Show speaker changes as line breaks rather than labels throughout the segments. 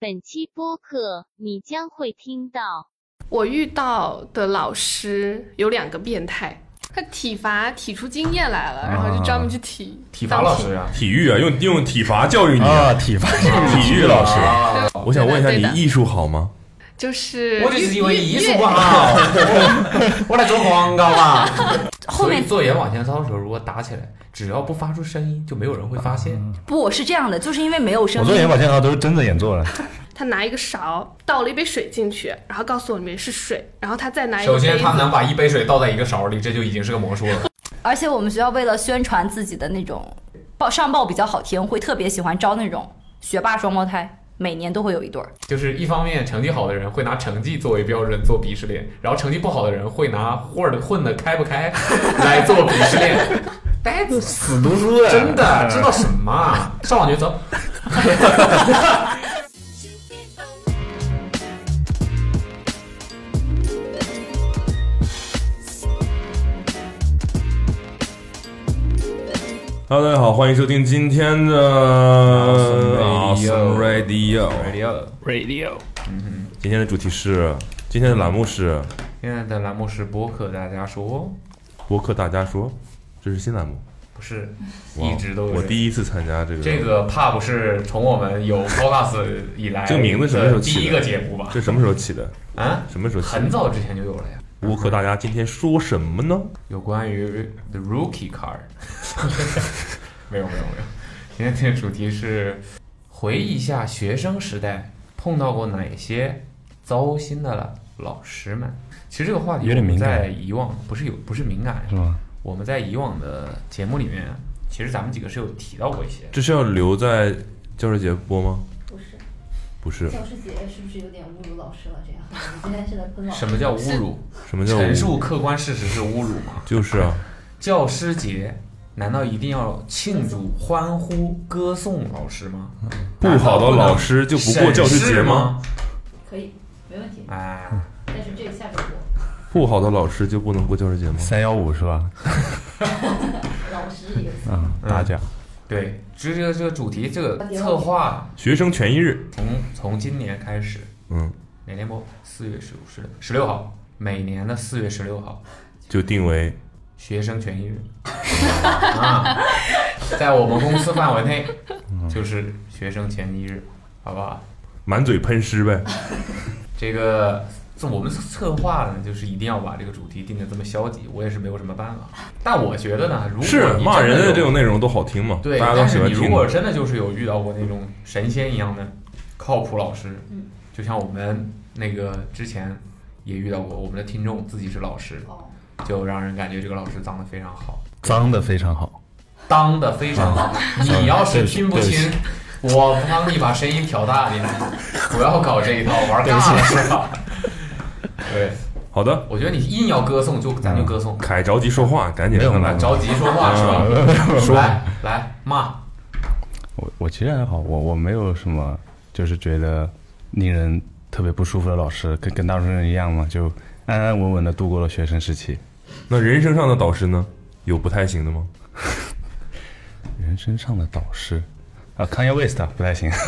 本期播客你将会听到
我遇到的老师有两个变态，他体罚体出经验来了，然后就专门去体
体罚老师。
当
啊，
体育啊，用用体罚教育你啊。
啊， 体罚
体育老师，
啊
我想问一下，
对
你
的
艺术好吗？
就是
我就是因为
越
艺术
越
不好，我我来做广告 吧。
后
啊所
面
以做眼往前招的时候，如果打起来，只要不发出声音，就没有人会发现。
不，我是这样的，就是因为没有
我
声
做眼
音，
保健操都是睁着眼做 的，
他拿一个勺倒了一杯水进去，然后告诉我里面是水，然后他再
哎
拿一个
首
杯
先
子
他能把一杯水倒在一个勺里，这就已经是个魔术了。
而且我们学校为了宣传自己的那种报上报比较好听，会特别喜欢招那种学霸双胞胎，每年都会有一对儿。
就是一方面成绩好的人会拿成绩作为标准做鄙视链，然后成绩不好的人会拿混的混的开不开 来做鄙视链。呆子，
死读书的
真的知道什么啊？上网就走。
Hello，大家好，啊欢迎收听今天的
Awesome
Awesome Radio。
哎
radio。
radio
今天的主题是，今天的栏目是
现在的栏目是播客，大家说
播客大家说，这是新栏目，
不是，
哇
一直都
我
一
第一次参加这个，
这个 pub 是从我们有 podcast 以来
这个名字什么时候
的
起
第一
的
个节目吧？
这什么时候起的？
啊，
什么时候起
很
的？
早之前就有了呀。
播客大家今天说什么呢？
有关于 the rookie card，没有没有没有，今天这个主题是回忆一下学生时代碰到过哪些糟心的老师们。其实这个话题
有点
我们
敏感
在以往不是有不是敏感
是，吗？
我们在以往的节目里面，其实咱们几个是有提到过一些。
这是要留在教师节播吗？不是，不是，
教师节是不是有点侮辱老师了？这样，我今天是来喷老师
什。么叫侮辱？
什么叫
陈述
我？
客观事实是侮辱吗？
就是啊，
教师节难道一定要庆祝、欢呼、歌颂老师吗？
不好的老师就不过教师节吗？
可以，没问题。
哎，
但是这个下周
不好的老师就不能过教师节吗？
三幺五是吧？
我老师也
嗯，打架
对，其实这个这个主题这个策划
学生权益日，
从从今年开始，
嗯，
哪天播？四月十五、十六、十六号，每年的四月十六号，
就定为
学生权益日啊，在我们公司范围内就是学生权益日，好不好？
满嘴喷诗呗。
这个这我们策划呢，就是一定要把这个主题定的这么消极，我也是没有什么办法。但我觉得呢，如果
是啊
你
骂
真
人
的
的
有
这种内容都好听嘛，
对，
大家都
但
喜
是
欢
你如
听。
果真的就是有遇到过那种神仙一样的靠谱老师，
嗯
就像我们那个之前也遇到过，我们的听众自己是老师，
哦，
就让人感觉这个老师当的非常好，
脏的非常好，
当的非常好。你要是听不清，我帮你把声音调大点，不要搞这一套，玩尬了是吧？对，
好的，
我觉得你硬要歌颂，就咱就歌颂，
凯着急说话，赶紧
没有
上来
没。
着急说话是吧？
说
来来骂，
我我其实还好，我我没有什么就是觉得令人特别不舒服的老师，跟跟大多数人一样嘛，就安安稳稳的度过了学生时期。
那人生上的导师呢？有不太行的吗？
人生上的导师啊，Kanye West 啊不太行。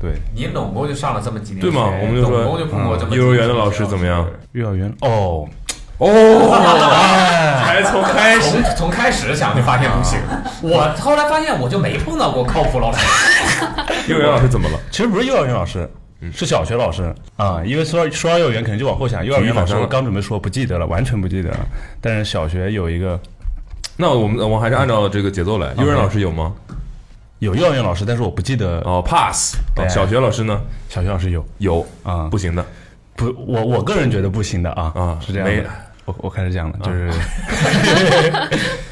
对，
你拢共就上了这么几年
对嘛
学
我们就说嗯
总共就碰过这么几
幼儿
年
园的老师怎么样
幼儿园哦，
哦，才从开始
哎从从开始想就发现不行，
啊
我后来发现我就没碰到过靠谱老师。
幼儿园老师怎么了？
其实不是幼儿园老师，
嗯
是小学老师啊、因为说到说到幼儿园，可能就往后想。幼儿园老
举一反
师
三
我
了
刚准备说不记得了，完全不记得了。但是小学有一个
那我们我还是按照这个节
啊
奏来。幼儿园老师有吗？
有幼儿园老师，但是我不记得
哦，pass。
对
哦小学老师呢？
小学老师有
有
啊
不行的
不，我我个人觉得不行的啊
啊
是这样
没
的。我我开始讲了，
啊
就是、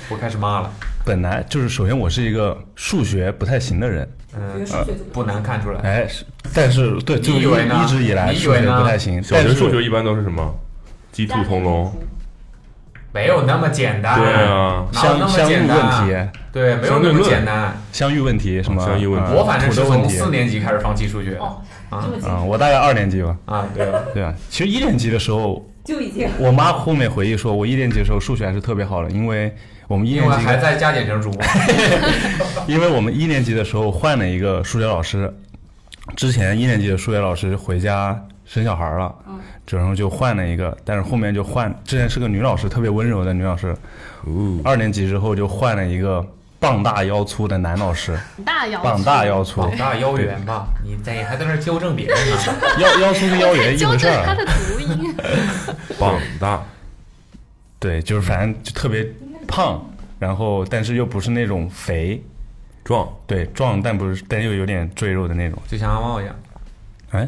我开始骂了，
本来就是首先我是一个数学不太行的人，
嗯， 不难看出来，
哎，是但是对，就
你以为呢
一直以来
你以
数
为
学
呢
不太行，
小
但
学
是
数学一般都是什么？鸡兔同笼。
没有那么简单。
对啊
哪有那
相
么
相
简
遇
单
问
啊？哦
题，
对，没有
相
那
对
么
论
简单。
相遇问题什么
相遇问题
呃
我反正是
土豆问
从
题
四年级开始放弃数学
哦
啊
这么
啊，
近
我大概二年级吧，
啊，对啊，
对啊，其实一年级的时候，
就已经
我妈后面回忆说，我一年级的时候数学还是特别好的，因为我们一
因
年
为
级
还在 加减乘除，
因为我们一年级的时候换了一个数学老师，之前一年级的数学老师回家生小孩了，就然后就换了一个，但是后面就换，之前是个女老师，特别温柔的女老师，
哦
二年级之后就换了一个膀大腰粗的男老师，
大腰
膀大腰粗，
膀大腰圆吧，你在还在那儿纠正别人呢，
腰腰粗跟腰圆一
纠
回 事
正他
儿，
的读音，
膀大，
对，就是反正就特别胖，然后但是又不是那种肥，
壮，
对，壮但不是但又有点赘肉的那种，
就像阿猫一样，
哎，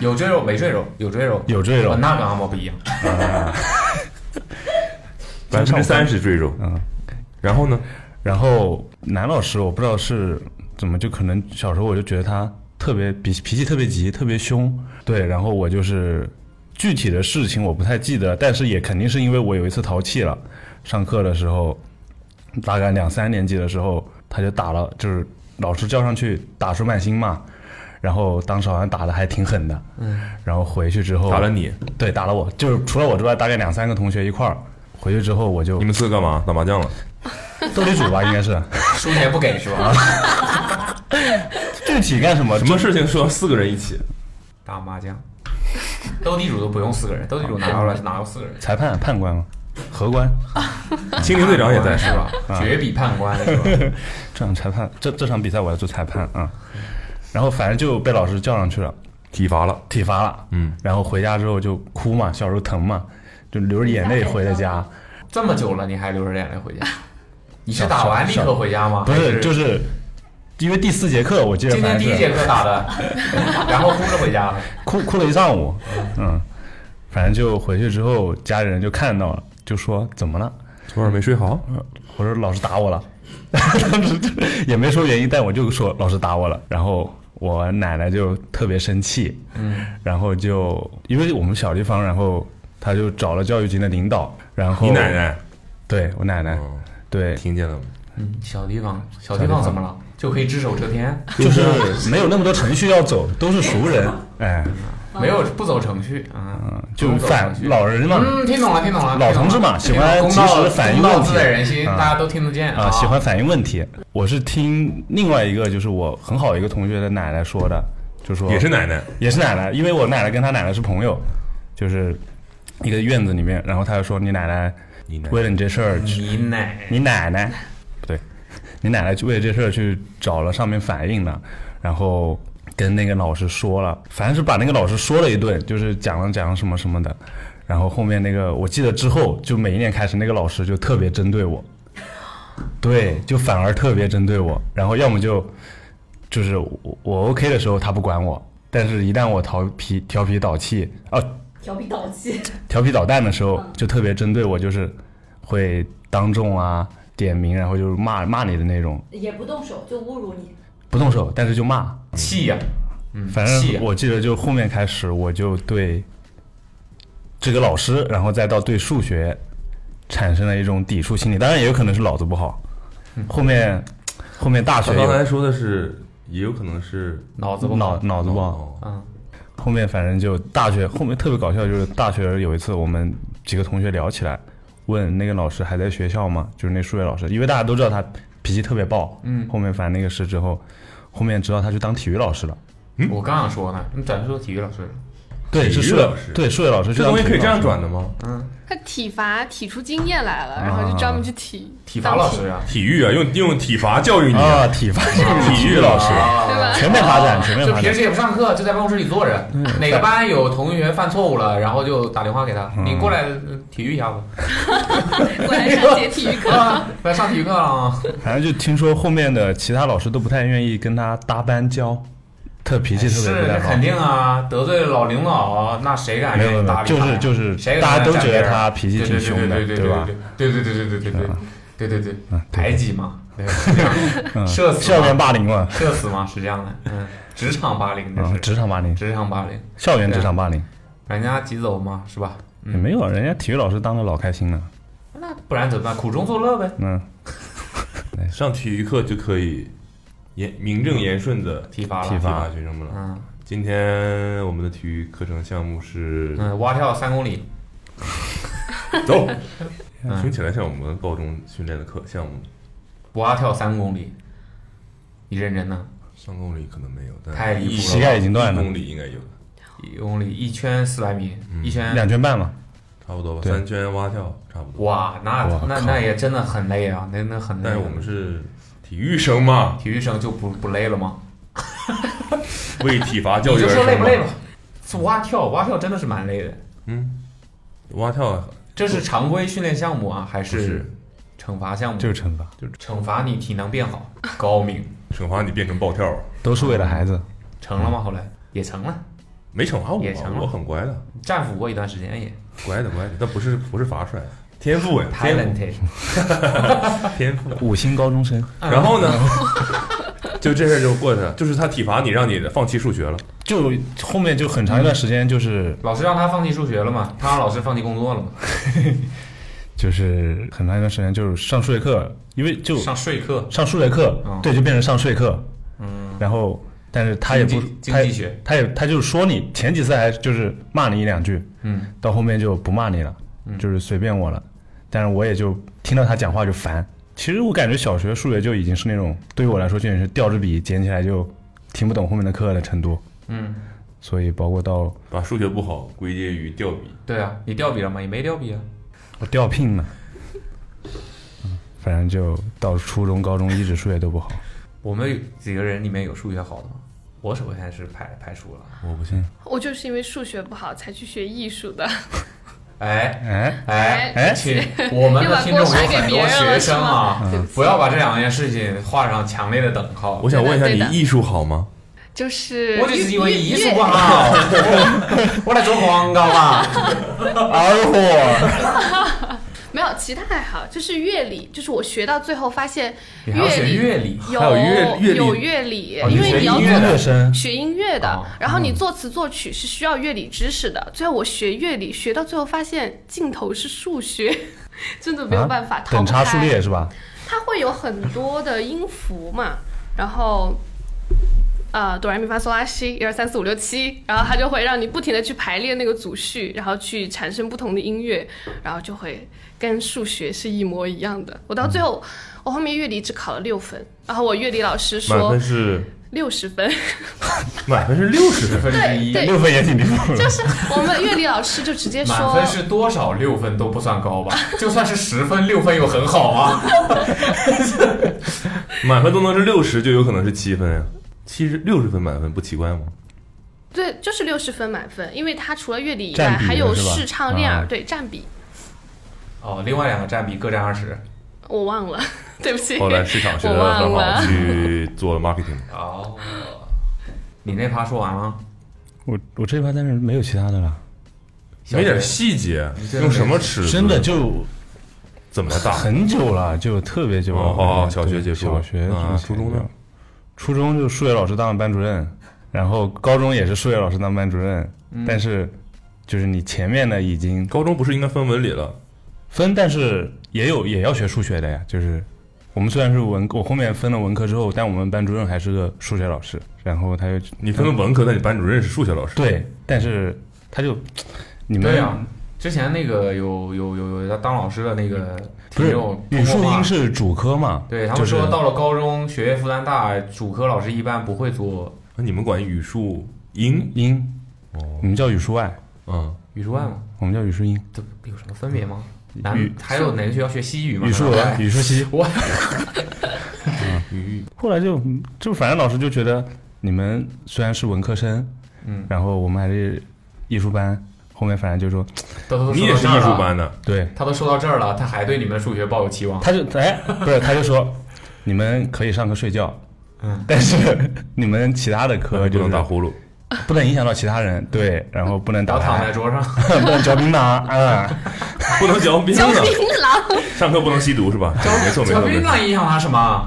有赘肉没赘肉，有赘肉
有赘肉
哦那跟阿猫不一样，
百分之三十赘肉。
嗯，
然后呢？
然后男老师我不知道是怎么，就可能小时候我就觉得他特别脾脾气特别急，特别凶。对，然后我就是具体的事情我不太记得，但是也肯定是因为我有一次淘气了，上课的时候，大概两三年级的时候，他就打了，就是老师叫上去打手板心嘛。然后当时好像打的还挺狠的，嗯，然后回去之后
打了，你，
对，打了我，就是除了我之外，大概两三个同学一块儿。回去之后我就
你们四个干嘛？打麻将了？
斗地主吧，应该是
输钱不给是吧？
具体干什么？
什么事情说四个人一起？
打麻将，斗地主都不用四个人，斗地主哪有哪有四个人？
裁判判官吗？荷官
青林队长也在
是？吧？
啊
绝笔判官是吧？
这场裁判，这这场比赛我要做裁判啊。然后反正就被老师叫上去了，
体罚了，
体罚了。
嗯，
然后回家之后就哭嘛，小时候疼嘛，就流着眼泪回的家。
这么久了你还流着眼泪回家？你是打完立刻回家吗？
啊不
还
是，
是
就是因为第四节课，我记得
今天
反正
第一
是
节课打 的，然后哭着回家了。
哭哭了一上午。嗯，反正就回去之后，家里人就看到了，就说怎么了？
昨晚没睡好，
我说老师打我了， 当时就也没说原因，但我就说老师打我了。然后我奶奶就特别生气，
嗯，
然后就因为我们小地方，然后他就找了教育局的领导，然后
你奶奶，
对我奶奶、
哦
对，
听见了吗？
嗯，小地方，小地方怎么了？就可以只手遮天，
就是没有那么多程序要走，都是熟 人，哎，
没有不走程序啊，
就
不走
反
程序
老人嘛，
嗯，听懂了，听懂了，
老同志嘛
听懂了
喜欢
公道
及时反映
公道
问题
自在人心，
啊
大家都听得见
啊，喜欢反映问题。我是听另外一个就是我很好一个同学的奶奶说的，就说
也是奶奶，
也是奶奶，因为我奶奶跟她奶奶是朋友，就是一个院子里面，然后她就说你奶奶
你奶
为了你这事儿去
你奶
你奶奶，不对，你奶奶就为了这事儿去找了上面反映了，然后跟那个老师说了，反正是把那个老师说了一顿，就是讲了讲什么什么的，然后后面那个我记得之后就每一年开始，那个老师就特别针对我， 对，就反而特别针对我，然后要么就就是我我 OK 的时候他不管我，但是一旦我调皮调皮倒气啊
调皮捣气，
调皮捣蛋的时候，就特别针对我，就是会当众啊点名，然后就是骂骂你的那种，
也不动手就侮辱你。
不动手，但是就骂。
气呀，嗯，
反
气呀
正我记得，就后面开始，我就对这个老师，然后再到对数学产生了一种抵触心理。当然，也有可能是脑子不好。后面后面大学
他刚才
有
说的是，也有可能是
脑子不好
脑脑子不好，
哦
嗯，
后面反正就大学后面特别搞笑，就是大学有一次我们几个同学聊起来，问那个老师还在学校吗？就是那数学老师，因为大家都知道他脾气特别暴。
嗯
后面反正那个事之后，后面知道他去当体育老师了。
我刚想说呢，你咱说体育老师了，
对，
体育
是数学
老师
对数学老师去
这
当
东
体
西可
育老师。
以这样转的吗？
他体罚体出经验来了，然后就专门去体
体罚老师，啊，
体育啊，用用体罚教育你啊，
啊，体罚
体育老师
对吧？
全面发展，全面
就
发
平
展
时。也不上课，就在办公室里坐着。哪个班有同学犯错误了，然后就打电话给他，你过来呃体育一下吧。
过来上节体育课，
啊，来上体育课了啊！
反正就听说后面的其他老师都不太愿意跟他搭班教，特脾气特
是
别不太
那
好
肯。定啊，得罪老领导，那谁敢
没有
愿意
没
搭
有，
理
就
他
是
呀？
就是
谁，敢
大家都
跟他
觉得
站边儿
他脾气挺凶的，
对对对
吧？
对对对对对对对对对对对对，排挤嘛，对吧
嗯
社死
校园
嘛，
霸凌嘛，
社死嘛，是这样的，嗯，职场霸凌这
嗯，
是
职场霸凌，
职场霸凌，
校园职场霸凌
把人家挤走嘛，是吧？
也没有，啊，人家体育老师当的老开心了。
那不然怎么办？苦中作乐呗。
嗯，
上体育课就可以言名正言顺的
体罚
体
了，
体
罚
罚学生们了。
嗯
今天我们的体育课程项目是
嗯，蛙跳三公里，
走，
嗯
听起来像我们高中训练的课项目。
蛙跳三公里，你认真呢？
上公里可能没有，但
太离谱了
一
膝盖已经断了
一公里应该有，
一公里一圈四百米，一圈
两圈半嘛，
差不多吧，
对
三圈蛙跳差不多。
哇，那
我
那
靠
那也真的很累啊，那那很累。
但是我们是体育生 嘛，
体育生就不不累了吗？
为体罚教
你
育
就
而
说
生
累不累
嘛
吧。蛙跳，蛙跳真的是蛮累的。
嗯，蛙跳
这是常规训练项目啊，还
不是
是惩罚项目？
就是惩罚，
惩罚你体能变好，高明，
惩罚你变成暴跳，
都是为了孩子。
成了吗？后来也成了，
没惩罚我
也成
啊，
了
我很乖的，
战俘过一段时间也。
乖的乖的，但不是不是罚出来的，天赋呀，天
Talented，
赋天赋。
五星高中生
嗯
然后呢， 就这事儿就过去了，就是他体罚你，让你放弃数学了。
就后面就很长一段时间就是
老师让他放弃数学了嘛？他让老师放弃工作了嘛？
就是很长一段时间就是上数学课，因为就
上说课，
上数学课
嗯，
对，就变成上数学课。嗯，然后但是他也不
经济，
他
经济
也
学
他也他就是说你前几次还就是骂你一两句，
嗯，
到后面就不骂你了，就是随便我了。但是我也就听到他讲话就烦。其实我感觉小学数学就已经是那种对于我来说，简直是吊着笔捡起来就听不懂后面的课的程度。
嗯，
所以包括到
把数学不好归结于吊笔，
对啊，你掉笔了吗？也没掉笔啊。
我吊聘了，嗯反正就到初中、高中一直数学都不好。
我们有几个人里面有数学好的吗？我首先是排排除了。
我不信。
我就是因为数学不好才去学艺术的，
哎
哎，
哎
哎
请我们的听众有
又把锅甩给
很多学生
别人了是吗
啊
对不，
不要把这两件事情画上强烈的等号。
我想问一下，
对的
你艺术好吗？
就是
我就是因为
艺
艺术不好， 我我来做广告 吧。
二货，
没有其他还好，就是乐理，就是我学到最后发现
你还要学
理
乐理，
有
还有乐乐理
有乐理，
哦
因
你
为
学
你要
音
做
乐的
生
学音乐的，
哦
然后你作词作曲是需要乐理知识的。最后我学乐理，学到最后发现尽头是数学， 真的没
啊
有办法逃
啊等
不
差数
开。
列是吧？
它会有很多的音符嘛，然后。呃，哆来咪发嗦拉西，一二三四五六七，然后它就会让你不停的去排列那个组序，然后去产生不同的音乐，然后就会跟数学是一模一样的。我到最后，我后面乐理只考了六分，然后我乐理老师
满
说
分是
六十分，
满分是六十
十
分，
分之一，
对
六分也挺离谱的
就。是我们乐理老师就直接说，
满分是多少？六分都不算高吧？就算是十分，六分有很好啊吗？
满分都能是六十，就有可能是七分呀。七十六十分满分不奇怪吗？
对，就是六十分满分，因为他除了乐理以外
占比的
还有
是吧
视唱、练耳，
啊
对，占比
哦，另外两个占比各占二十。
我忘了， 对不起，
后来市场 学
我
的很
忘
好，
了。
去做了 marketing。
哦，你那趴说完了？
我我这一趴但是没有其他的了，
小
没点
学
细节，
这
用什么尺子？
真的就
怎么打？
很久了，就特别久了。
哦哦哦
对
小学结束了
小学
啊
之前
初中呢
就？初中就数学老师当了班主任，然后高中也是数学老师当班主任，
嗯
但是就是你前面呢已经
高中不是应该分文理了？
分，但是也有也要学数学的呀。就是我们虽然是文，我后面分了文科之后，但我们班主任还是个数学老师，然后他就
你分了文科，但你班主任是数学老师。
对，但是他就你们
对啊呀、之前那个有有有有当老师的那个
不
听
是
众
语
通
数
过话
英，是主科嘛？
对他
就
们
是
说到了高中学业负担大，主科老师一般不会做
那你们管语数英？
英，
哦，
我们叫语数外，
嗯，
语数外吗？
我们叫语数英。
这有什么分别吗？南
语
还有哪个学校学西语吗？
语数俄、语数
哎
西，嗯
我
语
后来就就反正老师就觉得你们虽然是文科生，
嗯，
然后我们还是艺术班，后面反正就说
都都
你也是艺术，班的，
对，
他都说到这儿了，他还对你们的数学抱有期望。
他就哎不是他就说 你们可以上课睡觉，
嗯，
但是 你们其他的
那
课
不
就
能
是
打呼噜。
不能影响到其他人，对，然后不能打
我躺在
牌，
桌上，
不能嚼槟榔啊，
不能嚼槟
嚼槟
榔，
榔，
上课不能吸毒是吧？没错没
嚼
错没
槟
错。
榔影响啊他什么？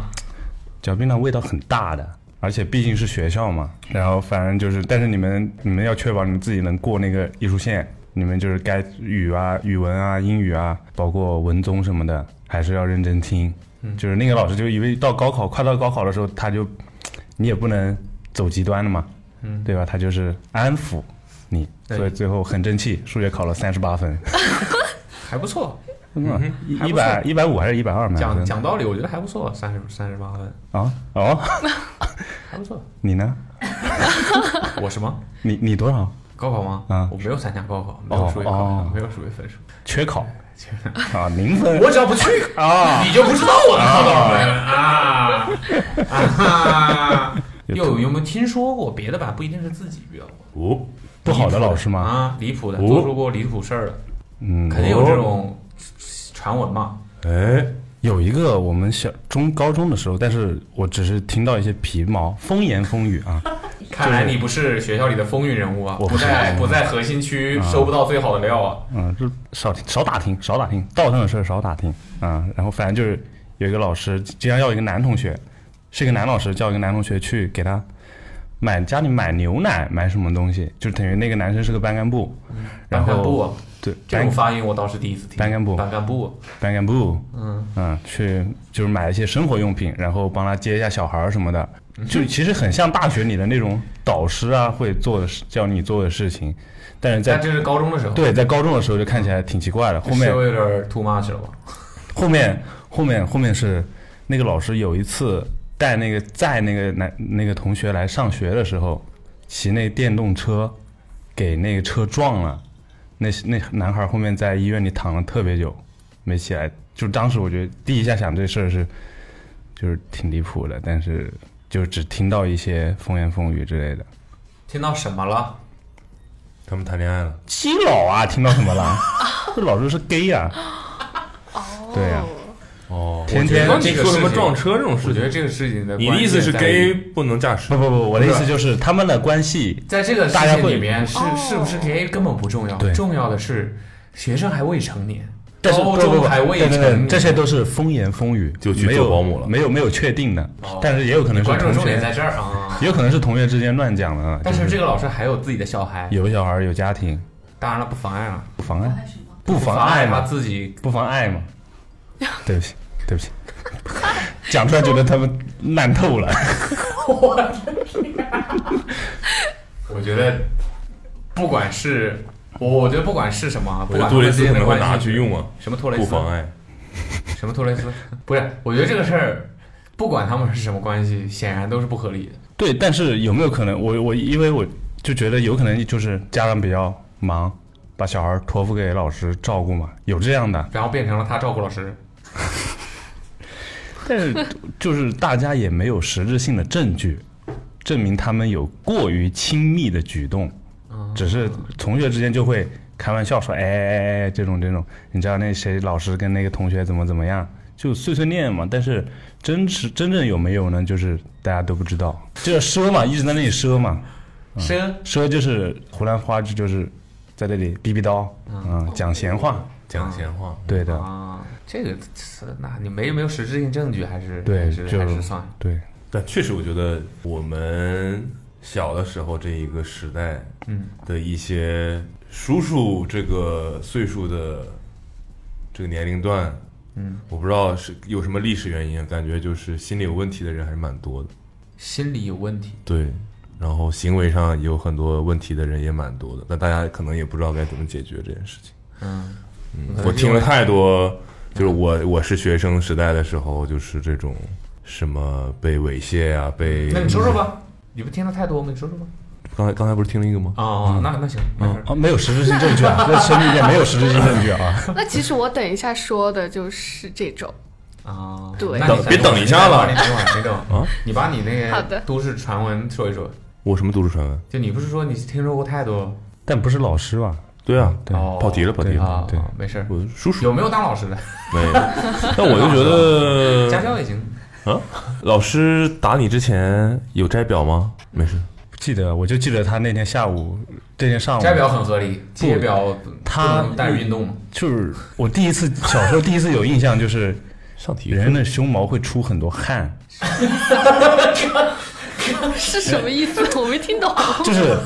嚼槟榔味道很大的。而且毕竟是学校嘛，然后反正就是，但是你们你们要确保你们自己能过那个艺术线，你们就是该语啊、语文啊、英语啊，包括文综什么的，还是要认真听。就是那个老师就以为到高考快到高考的时候，他就你也不能走极端了嘛，
嗯
对吧？他就是安抚你，
对
所以最后很争气，数学考了三十八分，
还不错，嗯还
嗯一
不错
百一百五还是一百二满
讲
分
讲道理，我觉得还不错，三十三十八分。
啊？哦，
还不错。
你呢？
我什么？
你你多少？
高考吗？
啊
我没有参加高考，没有数学考
哦
场，没有数学分数。
缺考啊，零分
我只要不 去，
啊，
你就不知道我考多少分啊？啊！有有没有听说过别的吧？不一定是自己遇到过
哦，
不好的老师吗？
啊，离谱的，
哦
做出过离谱事儿的，
嗯，
肯定有这种传闻嘛。
哎，
有一个我们小中高中的时候，但是我只是听到一些皮毛，风言风语啊，
看来你不是学校里的风云人物啊，
我
不
不是
在不在核心区收不到最好的料啊。
嗯，就少听少打听，少打听，道上的事儿少打听啊、然后反正就是有一个老师经常要一个男同学，是一个男老师，叫一个男同学去给他买家里买牛奶，买什么东西，就等于那个男生是个班干部，然
班干部
后
啊，
对
这
班
种发音我倒是第一次听。
班干部
班干部，
班干部，
嗯，
嗯，去就是买一些生活用品，然后帮他接一下小孩儿什么的，
嗯
就其实很像大学里的那种导师啊会做的事，叫你做的事情，但是
但
在
这是高中的时候，，
对在高中的时候就看起来挺奇怪的，后
是
面
有点 too much 了吧？
后面后面后面是那个老师有一次带那个载那个男那个同学来上学的时候，骑那电动车给那个车撞了，那那男孩后面在医院里躺了特别久，没起来。就当时我觉得第一下想这事儿是就是挺离谱的，但是就只听到一些风言风语之类的。
听到什么了？
他们谈恋爱了，
基佬啊，听到什么了？ 这老师是 gay 啊，对啊，
哦，
天天
我觉得你说什么撞车这种
我
事
觉得
情，
这个事情的
你的意思是
关键在于
gay 不能驾驶
不？不不，我的意思就是他们的关系
在这个事
大家
情
会
里面是
哦
是不是 gay 根本不重要，
对
重要的是学生还未成年，
但是
高
不不
中
不
还未
对对
成
对
年，
这些都是风言风语，
就去
没
做
有
保姆了
没有没有确定的
哦，
但是也有可能是
关注
同
重点在
学，嗯
这儿啊。
也有可能是同学之间乱讲的。啊
但是
就
这个老师还有自己的小孩，
有小孩有家庭，
当然了，不妨碍了，
不妨
还
碍，
是什么？
不妨
妨
碍
他
嘛，
自己
不妨碍嘛。对不起，对不起，讲出来觉得他们烂透了。
我觉得，不管是我，我觉得不管是什么啊，
我
不
觉
管他
得杜蕾
们之
斯
间
可
的
能会
关
拿
系，
去用啊，
什么托雷
不
斯，
妨碍。
什么托雷斯，不是，我觉得这个事儿，不管他们是什么关系，显然都是不合理的。
对，但是有没有可能？我我因为我就觉得有可能就是家长比较忙，把小孩托付给老师照顾嘛，有这样的。
然后变成了他照顾老师，
但是就是大家也没有实质性的证据证明他们有过于亲密的举动，只是同学之间就会开玩笑说，哎哎哎哎，这种这种，你知道那谁老师跟那个同学怎么怎么样，就碎碎念嘛。但是真实真正有没有呢？就是大家都不知道，就是说嘛，一直在那里说嘛，
嗯
是啊
说就是湖南话剧就是在这里逼逼叨，嗯，讲闲话，
讲闲话，
对的，
啊，这个是那你没没有实质性证据，还是
对
还是
就
还是算了。
对，
但确实我觉得我们小的时候这一个时代
嗯，
的一些叔叔这个岁数的这个年龄段，
嗯，
我不知道是有什么历史原因，感觉就是心理有问题的人还是蛮多的，
心理有问题，
对。然后行为上有很多问题的人也蛮多的，但大家可能也不知道该怎么解决这件事情。
嗯，
嗯我听了太多，就是我我是学生时代的时候，就是这种什么被猥亵啊，被嗯
那你说说吧，你不听的太多吗？你说说吧。
刚才刚才不是听了一个吗？
啊啊，那那行，没事儿。
哦
啊，没有实质性证据啊，那声明一下，没有实质性证据啊。
那其实我等一下说的就是这种，
啊，
对
那
等
你再
别等一下了
你等一会儿，你等会儿
啊，
你把你那
好
个
的
都市传闻说一说。
我什么都市传闻？
就你不是说你听说过太多
但不是老师吧？
对啊，
对
哦
跑题了，跑题
对
了。
啊？
对
啊没事儿。
我叔叔
有没有当老师的？
没有，但我就 觉
嗯
家
得
教也行。
老师打你之前有摘表吗？没事，
不记得，我就记得他那天下午，这天上午，
摘表很合理，街表不
他
不能带运动嘛。
就是我第一次小时候第一次有印象，就是
上体育
人的胸毛会出很多汗，
是什么意思？我没 听懂。
就是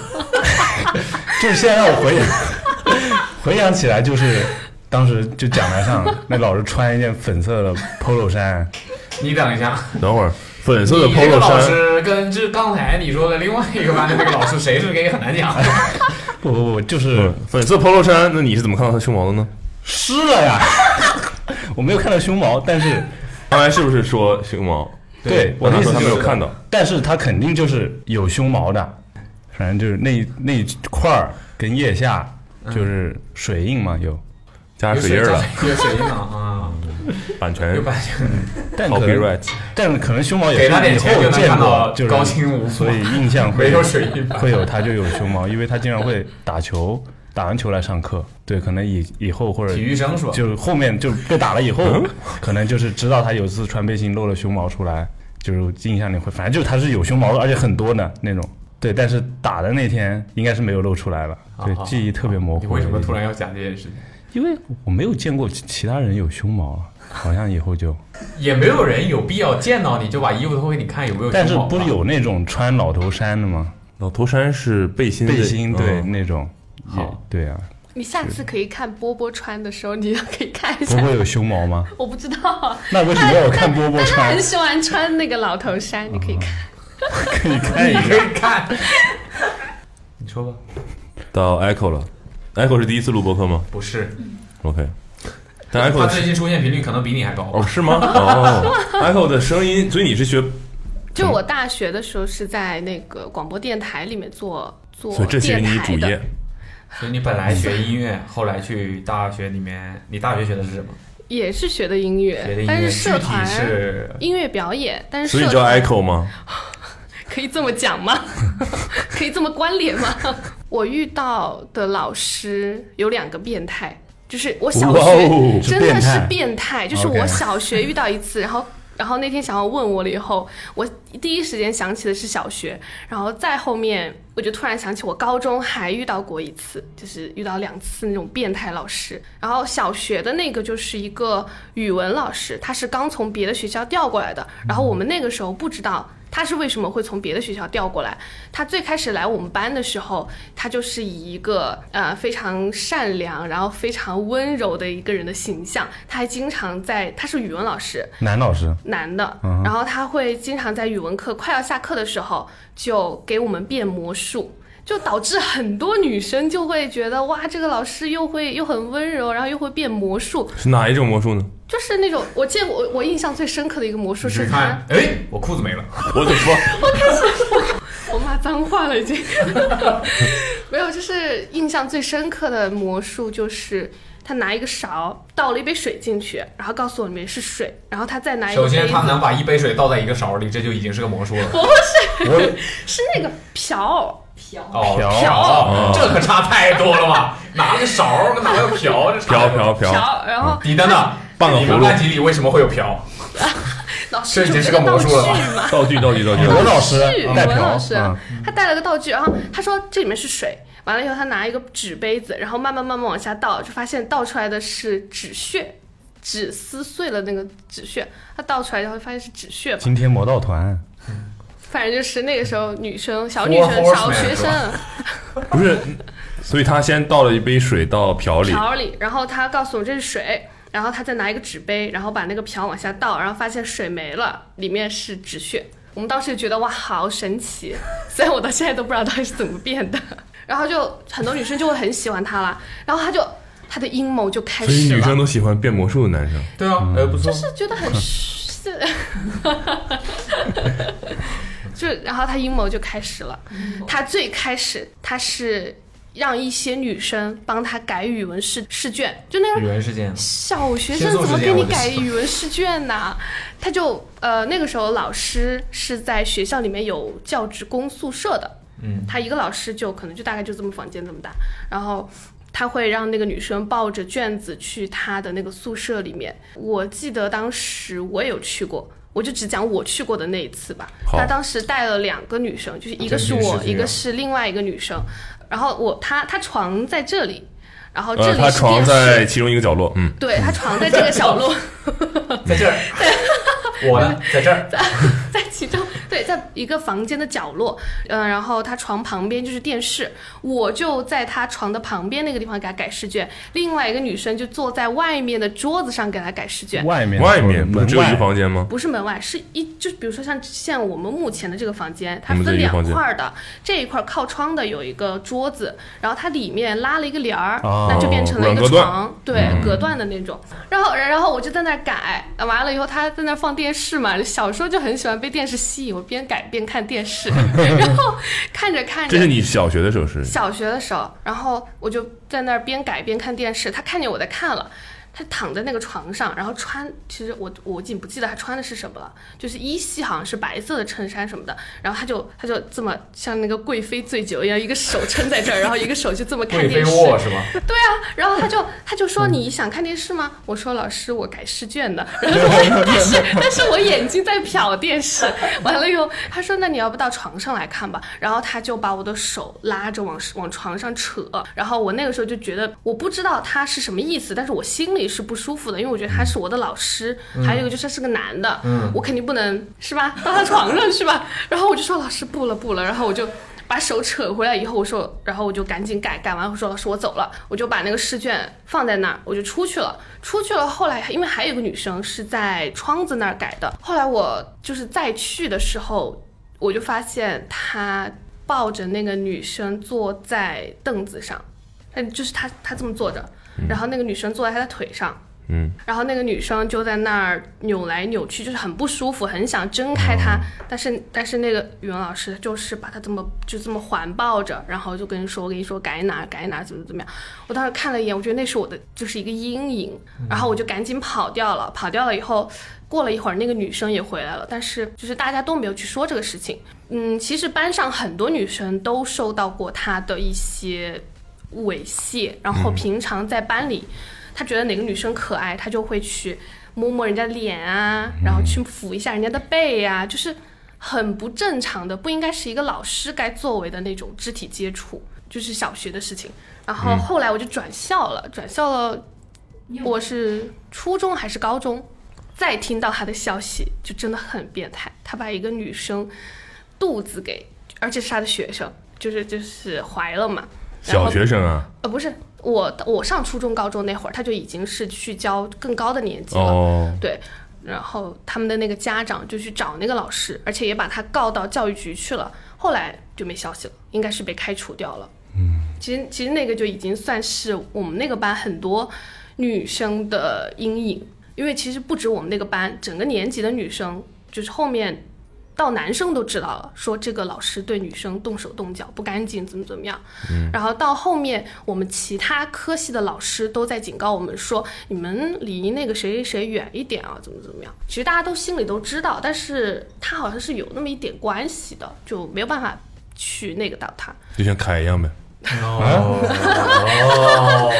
就是现在让我回想回想起来，就是当时就讲台上那老师穿一件粉色的 polo 衫，
你等一下，
等会儿粉色的
你这个
polo
老
衫，
师跟这刚才你说的另外一个班的那个老师，谁是 gay 很难讲。
不不不，就是
粉色 polo 衫，那你是怎么看到他胸毛的呢？
湿了呀。我没有看到胸毛，但是
刚才是不是说胸毛？
对，我
我
的
那
意
时
思
候他
就
没有
是
看到，
但是他肯定就是有胸毛的，反正就是那那一块儿跟腋下
嗯
就是水印嘛，有，
加
有
水印儿了，，
有水印了 啊，
版权
哎
有版权，
但可
copy
能
right，
但可能胸毛也
给他
是
点
以
钱就
后
能
见
看到
过，就是
高清无
所以印象会
没有水印吧？
会有他就有胸毛，因为他经常会打球，打完球来上课，对，可能以以后或者
体育生是吧？嗯
就后面就被打了以后，可能就是知道他有一次穿背心露了胸毛出来，就是印象里会，反正就是他是有胸毛的，而且很多的那种。对，但是打的那天应该是没有露出来了，对，
啊
记忆特别模糊。
你为什么突然？要讲这件事情？
因为我没有见过其其他人有胸毛 啊，好像以后就，
也没有人有必要见到你就把衣服脱给你看有没有
但是
胸毛啊吧
不是有那种穿老头衫的吗？
老头衫哦是背心的，
背心对
嗯
那种，也
好
对啊，
你下次可以看波波穿的时候，你就可以看一
不
下。
会有胸毛 吗？
嗯
我不知道 啊，
那为什么要我看波波
他
穿
很？喜欢穿那个老头衫，你可以看。
可以看
你
一
可
下。
以看。 你说吧，
到 Echo 了，Echo 是第一次录播客吗
不是，
？OK，但
他
Echo
最近出现频率可能比你还高。
哦 是吗？哦，Echo 的声音，所以你是学，嗯
就我大学的时候是在那个广播电台里面做做
所以这些是
电
你
台
主
的
业，
所以你本来学音乐，后来去大学里面，你大学学的是什么？
也是学的音乐，
学的音
但
乐
是
具
社
体
团
是
音乐表演，但是
所以
社
你叫
团
Echo 吗？
可以这么讲吗？ 可以这么关联吗？ 我遇到的老师有两个变态，就是我小
哇
学
哦
真
是变
的
态
是变态，就是我
OK
小学遇到一次，然后。然后那天小王问我了以后，我第一时间想起的是小学，然后再后面我就突然想起我高中还遇到过一次，就是遇到两次那种变态老师。然后小学的那个就是一个语文老师，他是刚从别的学校调过来的，然后我们那个时候不知道他是为什么会从别的学校调过来。他最开始来我们班的时候，他就是以一个呃非常善良，然后非常温柔的一个人的形象。他还经常在，他是语文老师，
男老师，
男的，
嗯
然后他会经常在语文课快要下课的时候就给我们变魔术。就导致很多女生就会觉得哇，这个老师又会又很温柔，然后又会变魔术，
是哪一种魔术呢？
就是那种我见过我我印象最深刻的一个魔术
你
是他
看，哎，我裤子没了，
我的妈！
我骂脏话了已经。 没有，就是印象最深刻的魔术就是。他拿一个勺倒了一杯水进去，然后告诉我里面是水，然后他再拿一个
首
杯
先他
子，
能把一杯水倒在一个勺里，这就已经是个魔 术了。
我
是那个瓢，
哦，
瓢
啊
瓢，这可差太多了吧？拿个勺，跟拿个瓢，这差
飘飘飘，
瓢，然后
你等等，
半个
你
葫
们
芦
班级里为什么会有瓢？
老师
这已
就
经是
是
个魔
道具
术了吧
嘛，
道具道具道具
语，文老师
是语
带
文
瓢
老，师，
嗯
他带了个道具，然后他说这里面是水，完了以后他拿一个纸杯子，然后慢慢慢慢往下倒，就发现倒出来的是纸屑，纸撕碎了那个纸屑，他倒出来然后发现是纸屑嘛，
今天魔盗团，
反正就是那个时候女生小女生
Four
小
horsemen，
学
是
生
吧
不是，所以他先倒了一杯水到瓢里，
瓢里，然后他告诉我这是水。然后他再拿一个纸杯，然后把那个瓢往下倒，然后发现水没了，里面是纸屑。我们当时就觉得哇，好神奇！ 虽然我到现在都不知道到底是怎么变的。 然后就很多女生就会很喜欢他了，然后他就他的阴谋就开
所以
始
女
了，
生都喜欢变魔术的男生。
对啊，哎，不错，
是觉得很是，就然后他阴谋就开始了。他最开始他是让一些女生帮他改语文试试卷，就那
语
样。
文 事件。
小学
先
生
做
怎么
实
给
践
你
我就
改
知道
语文试卷呢、他就呃那个时候老师是在学校里面有教职工宿舍的，
嗯，
他一个老师就可能就大概就这么房间这么大，然后他会让那个女生抱着卷子去他的那个宿舍里面。我记得当时我也有去过，我就只讲我去过的那一次吧。
好
他当时带了两个女生，就是一个是
真是
我，
这样
一个是另外一个女生。然后我他他床在这里，然后这
呃，
里
他
是
床
电视，
在其中一个角落，嗯，
对他床在这个角落。
在这儿，我呢，在这儿，
在其中，对，在一个房间的角落，嗯、然后他床旁边就是电视，我就在他床的旁边那个地方给他改试卷，另外一个女生就坐在外面的桌子上给他改试卷。
外面
外面不
门
只有一
外
个房间吗？
不是门外，是一就是比如说像像我们目前的这个房间，它
我们这
分
一个
两
房间
块儿的，这一块儿靠窗的有一个桌子，然后它里面拉了一个帘儿，
哦
那就变成了一
啊软
个
隔断嗯
床，对，隔断的那种。然后然后我就在那儿改，完了以后他在那儿放电视嘛，小时候就很喜欢被电视吸引，我边改边看电视， 然后看着看着，
这是你小学的时候是？
小学的时候，然后我就在那儿边改边看电视，他看见我在看了。他躺在那个床上，然后穿，其实我我已经不记得他穿的是什么了，就是一系好像是白色的衬衫什么的，然后他就他就这么像那个贵妃醉酒一样，一个手撑在这儿，然后一个手就这么看
贵妃
电视，
卧是吗？
然后他就他就说你想看电视吗？我说老师我改试卷的，然后我但是但是我眼睛在瞟电视， 完了以后他说那你要不到床上来看吧，然后他就把我的手拉着往往床上扯，然后我那个时候就觉得我不知道他是什么意思，但是我心里是不舒服的，因为我觉得他是我的老师，还有一个就是他是个男的，
嗯
我肯定不能是吧到他床上去吧，然后我就说老师不了不了，然后我就。把手扯回来以后，我说，然后我就赶紧改，改完我说老师我走了，我就把那个试卷放在那儿，我就出去了。出去了，后来因为还有一个女生是在窗子那儿改的，后来我就是再去的时候，我就发现他抱着那个女生坐在凳子上，但就是他他这么坐着，然后那个女生坐在他的腿上，
嗯，
然后那个女生就在那儿扭来扭去，就是很不舒服，很想挣开她，但是但是那个语文老师就是把她这么就这么环抱着，然后就跟你说，我跟你说改哪儿改哪儿怎么怎么样。我当时看了一眼，我觉得那是我的就是一个阴影，然后我就赶紧跑掉了。跑掉了以后，过了一会儿，那个女生也回来了，但是就是大家都没有去说这个事情。嗯，其实班上很多女生都受到过她的一些猥亵，然后平常在班里，她觉得哪个女生可爱，她就会去摸摸人家脸啊，然后去抚一下人家的背啊，就是很不正常的，不应该是一个老师该作为的那种肢体接触，就是小学的事情。然后后来我就转校了，转校了，我是初中还是高中，再听到他的消息就真的很变态，他把一个女生肚子给，而且是他的学生，就是就是怀了嘛。然后
小学生啊，
呃，不是我，我上初中、高中那会儿，他就已经是去教更高的年级了。
哦，
对，然后他们的那个家长就去找那个老师，而且也把他告到教育局去了。后来就没消息了，应该是被开除掉了。嗯，其实其实那个就已经算是我们那个班很多女生的阴影，因为其实不止我们那个班，整个年级的女生就是后面。到男生都知道了，说这个老师对女生动手动脚不干净，怎么怎么样。然后到后面，我们其他科系的老师都在警告我们说，你们离那个谁谁谁远一点啊，怎么怎么样。其实大家都心里都知道，但是他好像是有那么一点关系的，就没有办法去那个到他。
就像凯一样呗。
哦，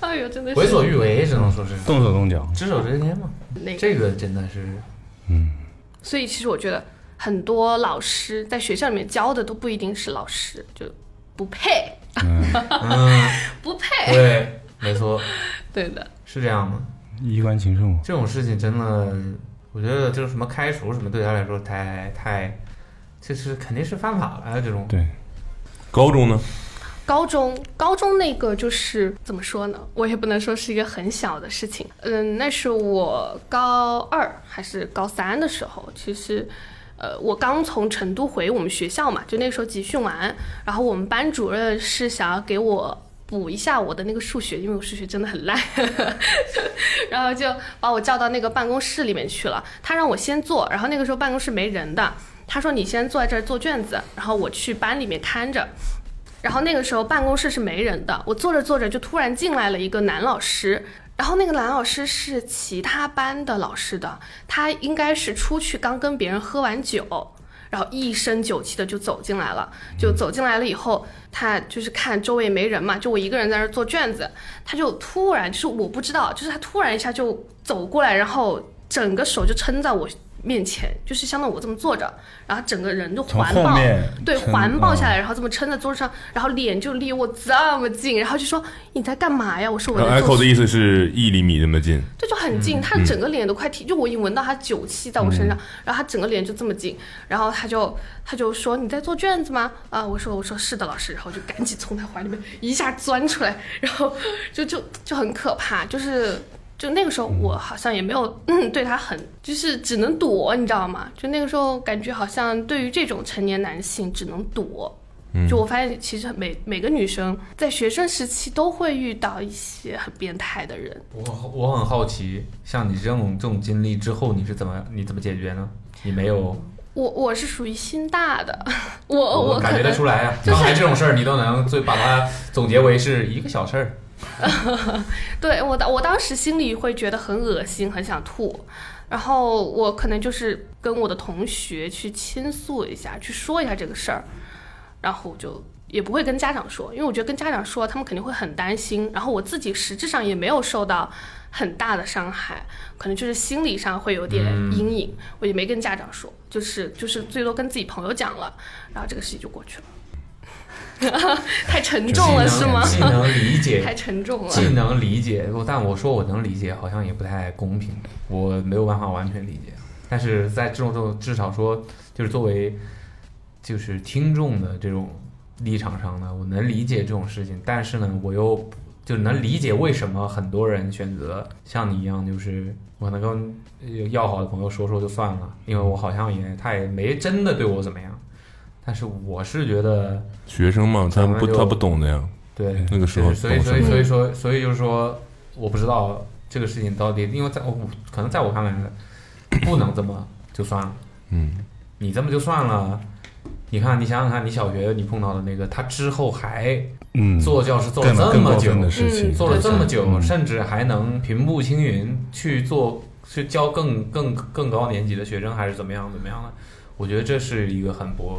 哎呦，真的
为
是
所欲为，只能说是
动手动脚，
只手遮天嘛。
那个。
这个真的是
所以其实我觉得很多老师在学校里面教的都不一定是老师，就不配，不配。
对，没错，
对的，
是这样的。
衣冠禽兽。
这种事情真的，我觉得就是什么开除什么，对他来说太太，这是肯定是犯法了啊！这种
对，
高中呢？
高中高中那个就是怎么说呢？我也不能说是一个很小的事情，嗯，那是我高二还是高三的时候，其实。呃，我刚从成都回我们学校嘛，就那时候集训完，然后我们班主任是想要给我补一下我的那个数学，因为我数学真的很烂， 然后就把我叫到那个办公室里面去了。他让我先坐，然后那个时候办公室没人的，他说你先坐在这儿做卷子，然后我去班里面看着。然后那个时候办公室是没人的，我坐着坐着就突然进来了一个男老师，然后那个男老师是其他班的老师的，他应该是出去刚跟别人喝完酒，然后一身酒气的就走进来了，就走进来了以后，他就是看周围没人嘛，就我一个人在那儿做卷子，他就突然就是我不知道，就是他突然一下就走过来，然后整个手就撑在我面前，就是相当于我这么坐着，然后整个人就
从
环
后
抱，
面
对，
撑
环
啊
抱下
嗯
来，然后这么撑在桌子上，然后脸就离我这么近，然后就说你在干嘛呀？我说我在
然后
做
echo 的意思是一厘米那么近，
对，就很近，他整个脸都快贴，就我已经闻到他酒气在我身上，然后他整个脸就这么近，然后他就他就说你在做卷子吗？啊，我说我说是的，老师，然后我就赶紧从他怀里面一下钻出来，然后就就就很可怕，就是。就那个时候，我好像也没有、嗯、对他很，就是只能躲，你知道吗？就那个时候，感觉好像对于这种成年男性，只能躲。就我发现，其实每每个女生在学生时期都会遇到一些很变态的人，
我我很好奇，像你这种这种经历之后，你是怎么你怎么解决呢？你没有，
我我是属于心大的， 我哦我
感
可
觉得出
能
来啊，
就是
脑海这种事儿你都能最把它总结为是一个小事儿。
对我当我当时心里会觉得很恶心，很想吐，然后我可能就是跟我的同学去倾诉一下，去说一下这个事儿，然后我就也不会跟家长说，因为我觉得跟家长说他们肯定会很担心，然后我自己实质上也没有受到很大的伤害，可能就是心理上会有点阴影，我也没跟家长说，就是就是最多跟自己朋友讲了，然后这个事情就过去了。 太沉重了是吗？
既能 理解，
太沉重了。
既能理解，但我说我能理解，好像也不太公平，我没有办法完全理解。但是在这种这种至少说，就是作为就是听众的这种立场上呢，我能理解这种事情，但是呢，我又不就能理解为什么很多人选择像你一样，就是我可能跟呃要好的朋友说说就算了，因为我好像也他也没真的对我怎么样。但是我是觉得，
学生嘛，他
咱们
不
就
他不懂的呀，
对，
那个时候
对所以
懂什
所以
么
所以说所以就是说，我不知道这个事情到底，因为在我可能在我看来，不能这么就算了。
嗯，
你这么就算了，你看你想想看，你小学你碰到的那个，他之后还
嗯，
坐教室坐了
更
这
更
么
过
久
分，的事情，
嗯
坐了这么久，
嗯
甚至还能平步青云去做去教更更更高年级的学生，还是怎么样怎么样的？我觉得这是一个很不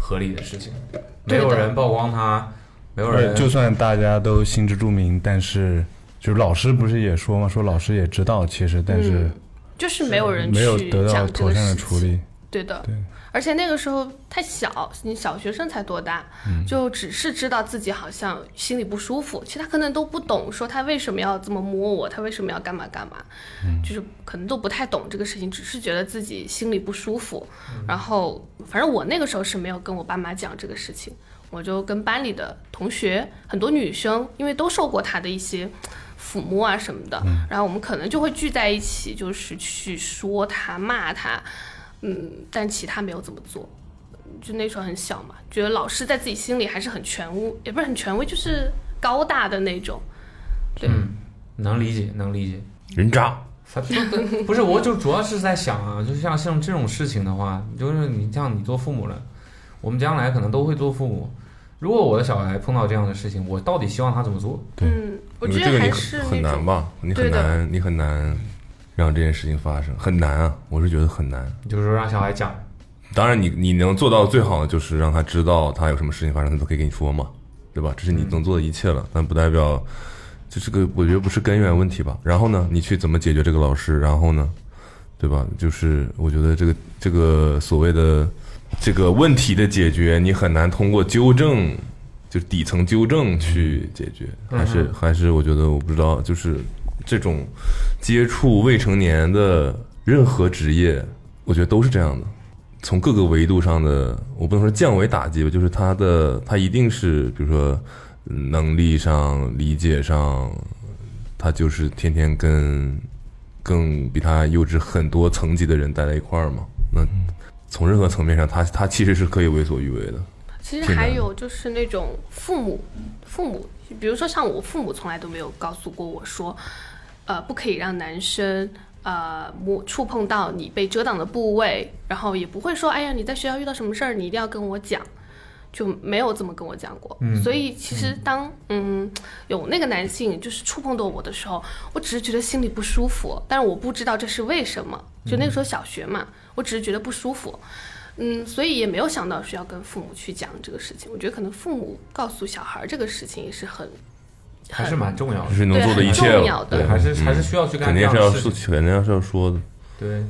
合理的事情，没
对的
有人曝光他，没有
而
人
就算大家都心知肚明，但是就是老师不是也说嘛，说老师也知道，其实但是
嗯就是没有人
没有
去
得到
讲这
妥
个
善的
事
处
情。
理。
对的，
对
而且那个时候太小，你小学生才多大，就只是知道自己好像心里不舒服，其他可能都不懂，说他为什么要这么摸我，他为什么要干嘛干嘛，就是可能都不太懂这个事情，只是觉得自己心里不舒服。然后，反正我那个时候是没有跟我爸妈讲这个事情，我就跟班里的同学，很多女生，因为都受过他的一些。抚摸啊什么的，然后我们可能就会聚在一起，就是去说他、骂他，嗯，但其他没有怎么做。就那时候很小嘛，觉得老师在自己心里还是很权威，也不是很权威，就是高大的那种。对，
嗯，能理解，能理解。
人渣，
他说的不是，我就主要是在想啊，就像像这种事情的话，就是你像你做父母了，我们将来可能都会做父母。如果我的小孩碰到这样的事情，我到底希望他怎么做？
嗯，我觉
这
得
个你
还
很
是
很
那
难
种，
吧？你
对
很
的
难，你很难让这件事情发生，很难啊！我是觉得很难。
就是说让小孩讲，
当然你，你能做到最好的就是让他知道他有什么事情发生，他都可以跟你说嘛，对吧？这是你
嗯
能做的一切了，但不代表就这个，我觉得不是根源问题吧。然后呢，你去怎么解决这个老师？然后呢，对吧？就是我觉得这个这个所谓的这个问题的解决，你很难通过纠正，就底层纠正去解决，还是还是我觉得我不知道，就是这种接触未成年的任何职业，我觉得都是这样的。从各个维度上的，我不能说降维打击吧，就是他的他一定是，比如说嗯能力上、理解上，他就是天天跟更比他幼稚很多层级的人待在一块儿嘛。那
嗯
从任何层面上，他他其实是可以为所欲为的。
其实
挺
还
难的
有就是那种父母，父母，比如说像我父母从来都没有告诉过我说，呃，不可以让男生呃摸触碰到你被遮挡的部位，然后也不会说，哎呀，你在学校遇到什么事儿，你一定要跟我讲，就没有这么跟我讲过。
嗯
所以其实当嗯有那个男性就是触碰到我的时候，我只是觉得心里不舒服，但是我不知道这是为什么。就那个时候小学嘛，我只是觉得不舒服。嗯，所以也没有想到是要跟父母去讲这个事情。我觉得可能父母告诉小孩儿这个事情也是很，
还是蛮重要的
就，是能做的一切
对很重
了
要，的
对，还是还是需要去
嗯肯
干这
定
样
是
的
要
事
说，
情。
肯定是要说的。
对，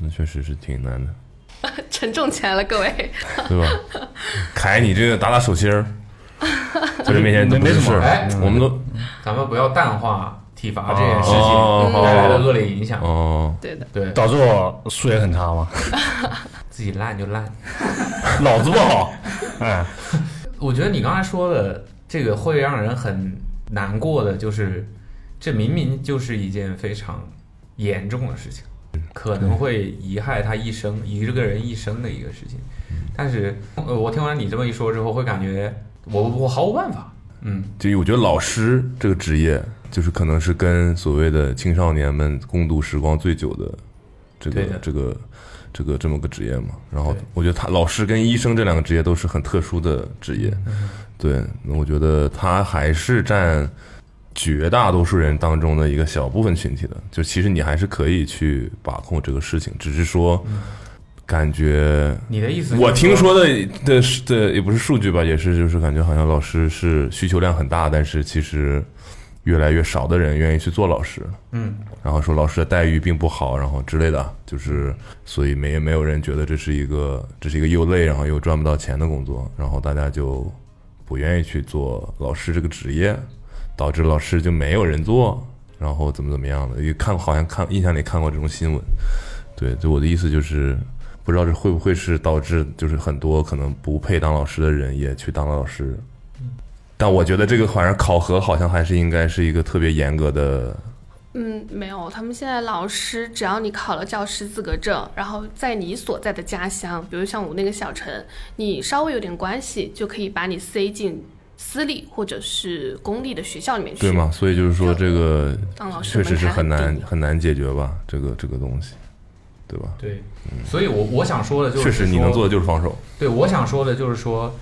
那确实是挺难的，
沉重起来了，各位。
对吧？凯，你这个打打手心儿， 在这面前都不
没
是
什
事
么
儿
哎，
我们都
咱们不要淡化体罚这件事
哦
情
哦
带来的恶劣影响。
哦，
对的，
对，
导致我数学很差嘛，
自己烂就烂。
脑子不好，哎，
我觉得你刚才说的这个会让人很难过的，就是这明明就是一件非常严重的事情，可能会遗害他一生一个人一生的一个事情。但是，呃，我听完你这么一说之后，会感觉我我毫无办法。嗯，
就我觉得老师这个职业，就是可能是跟所谓的青少年们共度时光最久的这个
对的
这个这个这么个职业嘛。然后
对
我觉得他老师跟医生这两个职业都是很特殊的职业，
嗯
对，那我觉得他还是占绝大多数人当中的一个小部分群体的。就其实你还是可以去把控这个事情，只是说
嗯
感觉
你的意思？
我听，说的的的也不是数据吧，也是就是感觉好像老师是需求量很大，但是其实越来越少的人愿意去做老师，
嗯，
然后说老师的待遇并不好，然后之类的，就是所以没没有人觉得这是一个这是一个又累然后又赚不到钱的工作，然后大家就不愿意去做老师这个职业，导致老师就没有人做，然后怎么怎么样的，也看好像看印象里看过这种新闻，对，就我的意思就是。不知道这会不会是导致，就是很多可能不配当老师的人也去当了老师。
嗯
但我觉得这个好像考核好像还是应该是一个特别严格的，
嗯，没有，他们现在老师只要你考了教师资格证，然后在你所在的家乡，比如像我那个小城，你稍微有点关系，就可以把你塞进私立或者是公立的学校里面去，
对吗？？所以就是说，这个
当老师
确实是
门槛
很难
低
很难解决吧，这个这个东西，对吧？
对，所以我我想说的就是
确
说，
实，你能做的就是防守，
对，我想说的就是说，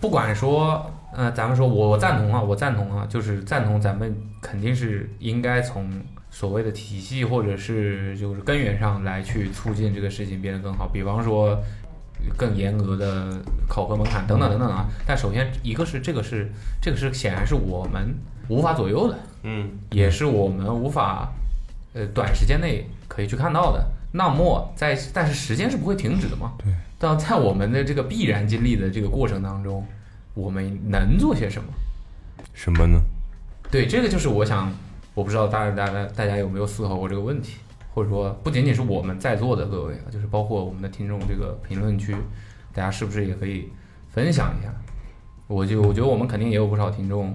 不管说，呃，咱们说我我赞同啊，我赞同啊，就是赞同咱们肯定是应该从所谓的体系或者是就是根源上来去促进这个事情变得更好，比方说更严格的考核门槛等等等等啊。但首先一个是这个是这个是显然是我们无法左右的，
嗯，
也是我们无法呃短时间内可以去看到的。那么在但是时间是不会停止的嘛？对。但在我们的这个必然经历的这个过程当中，我们能做些什么？
什么呢？
对，这个就是我想，我不知道大家大家大家有没有思考过这个问题，或者说不仅仅是我们在座的各位啊，就是包括我们的听众这个评论区，大家是不是也可以分享一下？我就我觉得我们肯定也有不少听众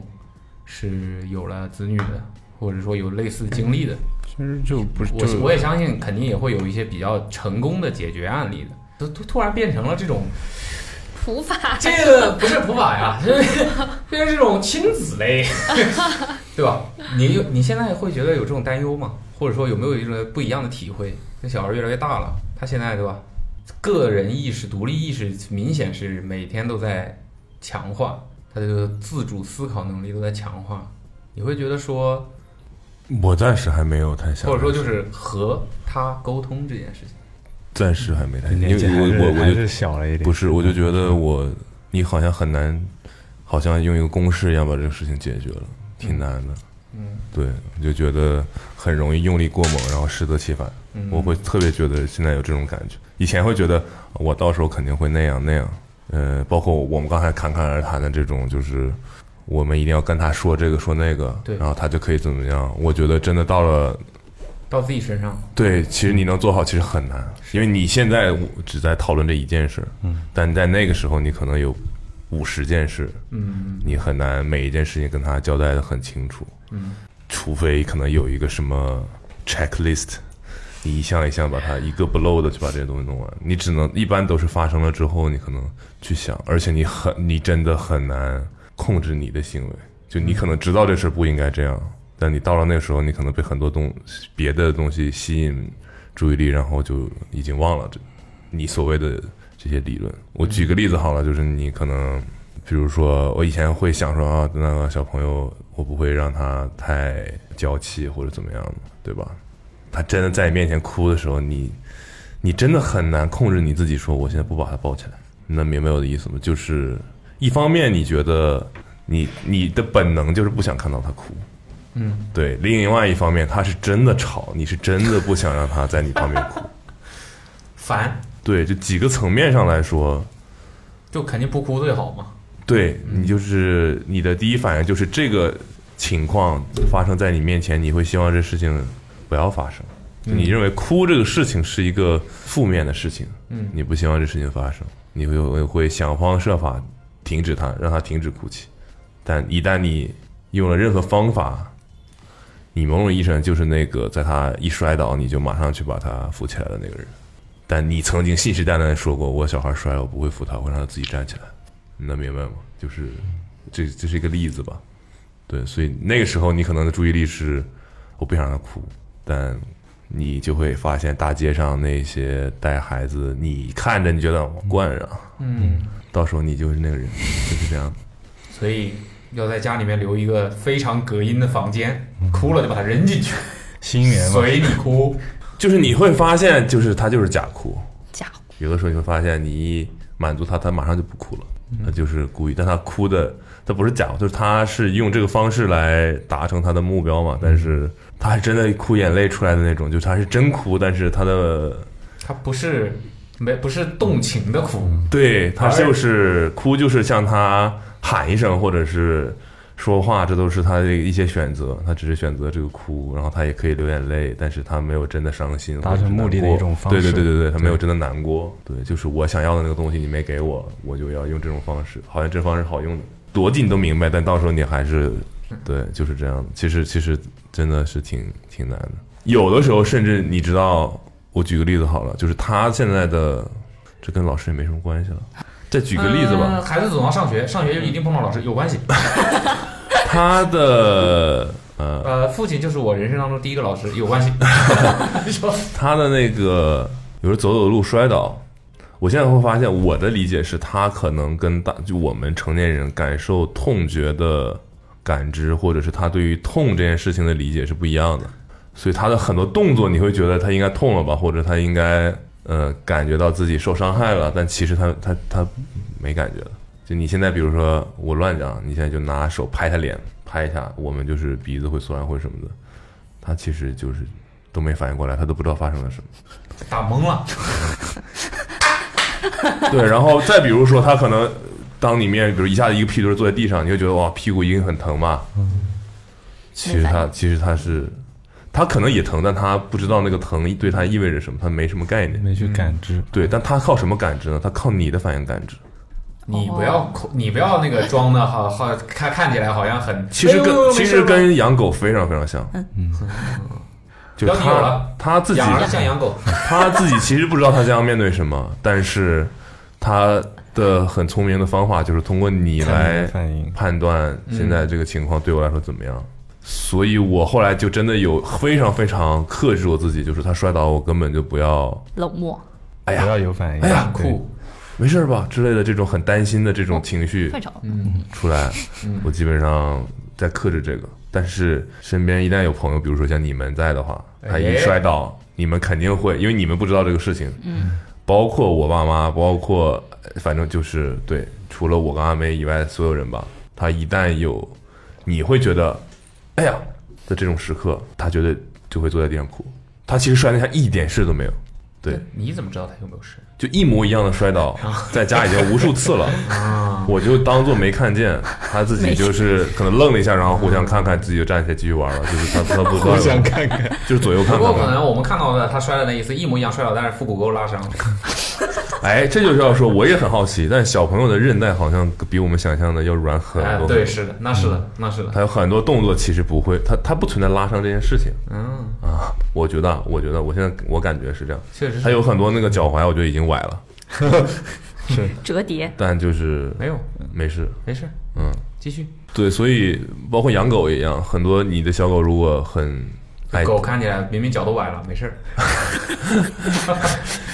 是有了子女的，或者说有类似经历的。
其实就不是
我
就
我也相信肯定也会有一些比较成功的解决案例的。都突突然变成了这种，
普法
这个不是普法呀，这变成这种亲子类，对吧？你有你现在会觉得有这种担忧吗？或者说有没有一种不一样的体会？这小孩越来越大了，他现在对吧？个人意识、独立意识明显是每天都在强化，他的自主思考能力都在强化。你会觉得说，
我暂时还没有太想，
或者说就是和他沟通这件事情。
暂时还没太，因
年纪还
为
是
我我我
还
就是
小了一点，
不是，我就觉得我你好像很难，好像用一个公式一样把这个事情解决了，挺难的。
嗯，
对，我就觉得很容易用力过猛，然后适得其反。
嗯
我会特别觉得现在有这种感觉，以前会觉得我到时候肯定会那样那样。呃，包括我们刚才侃侃而谈的这种，就是我们一定要跟他说这个说那个，
对
然后他就可以怎么样。我觉得真的到了
到自己身上，
对，其实你能做好其实很难，因为你现在只在讨论这一件事，嗯，但在那个时候你可能有五十件事，
嗯
你很难每一件事情跟他交代的很清楚，
嗯，
除非可能有一个什么 checklist，你一项一项把它一个不漏的去把这些东西弄完，你只能一般都是发生了之后你可能去想，而且你很你真的很难控制你的行为，就你可能知道这事儿不应该这样，但你到了那个时候，你可能被很多东别的东西吸引注意力，然后就已经忘了这你所谓的这些理论。我举个例子好了，就是你可能，比如说我以前会想说啊，那个小朋友我不会让他太娇气或者怎么样的，对吧？他真的在你面前哭的时候，你你真的很难控制你自己，说我现在不把他抱起来，你能明白我的意思吗？就是一方面你觉得你你的本能就是不想看到他哭，
嗯，
对，另外一方面他是真的吵，你是真的不想让他在你旁边哭，
烦，
对，就几个层面上来说，
就肯定不哭最好嘛。
对
嗯
你就是你的第一反应就是这个情况发生在你面前，你会希望这事情不要发生。
嗯
你认为哭这个事情是一个负面的事情，
嗯
你不希望这事情发生，你会会会想方设法停止它，让它停止哭泣。但一旦你用了任何方法，你某种意义上就是那个在他一摔倒你就马上去把他扶起来的那个人。但你曾经信誓旦旦地说过，我小孩摔了我不会扶他，我会让他自己站起来。你能明白吗？就是这这是一个例子吧？对，所以那个时候你可能的注意力是我不想让他哭，但你就会发现大街上那些带孩子，你看着你觉得我惯着，啊
嗯，
到时候你就是那个人，就是这样。
所以要在家里面留一个非常隔音的房间，
嗯
哭了就把它扔进去，
心猿嘛，
随你哭。
就是你会发现，就是他就是假哭，
假
有的时候你会发现，你一满足他，他马上就不哭了，他就是故意。但他哭的，他不是假哭，就是他是用这个方式来达成他的目标嘛。但是他还真的哭眼泪出来的那种，就是他是真哭，但是他的
他不是没不是动情的哭，
对他
而
就是哭，就是像他喊一声或者是说话，这都是他的一些选择。他只是选择这个哭，然后他也可以流眼泪，但是他没有真的伤心，
达成目的的一种方式
对对对对对，他没有真的难过。对，就是我想要的那个东西你没给我，我就要用这种方式，好像这方式好用的逻辑你都明白，但到时候你还是对，就是这样的。其实其实真的是挺挺难的。有的时候甚至你知道，我举个例子好了，就是他现在的这跟老师也没什么关系了。再举个例子吧，
嗯孩子总要上学，上学就一定碰到老师，有关系。
他的呃，
呃，父亲就是我人生当中第一个老师，有关系。你说
他的那个，有时候走走路摔倒，我现在会发现，我的理解是他可能跟大就我们成年人感受痛觉的感知，或者是他对于痛这件事情的理解是不一样的，所以他的很多动作你会觉得他应该痛了吧，或者他应该呃感觉到自己受伤害了，但其实他他他没感觉的。就你现在，比如说我乱讲，你现在就拿手拍他脸，拍一下，我们就是鼻子会酸或者什么的，他其实就是都没反应过来，他都不知道发生了什么。
打懵了，
对，然后再比如说，他可能当你面，比如一下子一个屁墩儿坐在地上，你会觉得哇，屁股一定很疼嘛。其实
没反
他其实他是，他可能也疼，但他不知道那个疼对他意味着什么，他没什么概念。
没去感知。
嗯
对，但他靠什么感知呢？他靠你的反应感知。
你不要哭你不要那个装的好好看看起来好像很，
其实
哎呦
跟其实。
没事没事
跟养狗非常非常像。嗯，就
要你有
他
了
他自己
养儿像养狗，
他自己其实不知道他将要面对什么，但是他的很聪明的方法就是通过你
看你
来
的反应
判断现在这个情况对我来说怎么样。所以我后来就真的有非常非常克制我自己，就是他摔倒，我根本就不要
冷漠，
哎呀
不要有反应，
哎呀
对
酷，
没事儿吧之类的这种很担心的这种情绪
快找
出来，
嗯
我基本上在克制这个。但是身边一旦有朋友，比如说像你们在的话，他一
哎
摔倒，你们肯定会，因为你们不知道这个事情。嗯，包括我爸妈，包括呃反正就是对，除了我跟阿梅以外，所有人吧，他一旦有，你会觉得，哎呀的这种时刻，他觉得就会坐在地上哭。他其实摔那下一点事都没有，对，
你怎么知道他有没有 事？
就一模一样的摔倒，
啊
在家已经无数次了，我就当做没看见，他自己就是可能愣了一下，然后互相看看，自己就站起来继续玩了，就是他他不知 道，
互相看看，
就是左右看
不过可
看，
能我们看到的他摔的那一次一模一样摔倒，但是腹股沟拉伤了。
哎，这就是要说我也很好奇，但小朋友的韧带好像比我们想象的要软很
哎
多，，
对，，嗯是的，那是的，那是的。
他有很多动作其实不会，他他不存在拉伤这件事情
嗯，
啊，我觉得啊，我觉得我现在我感觉是这样，
确实
他
是
有很多那个脚踝我觉得已经崴了，
折叠，
但就是
没有，
没事，
哎没事，
嗯。
继续。
对，所以包括养狗也一样，很多你的小狗如果很爱，
哎狗看起来明明脚都崴了，没事儿。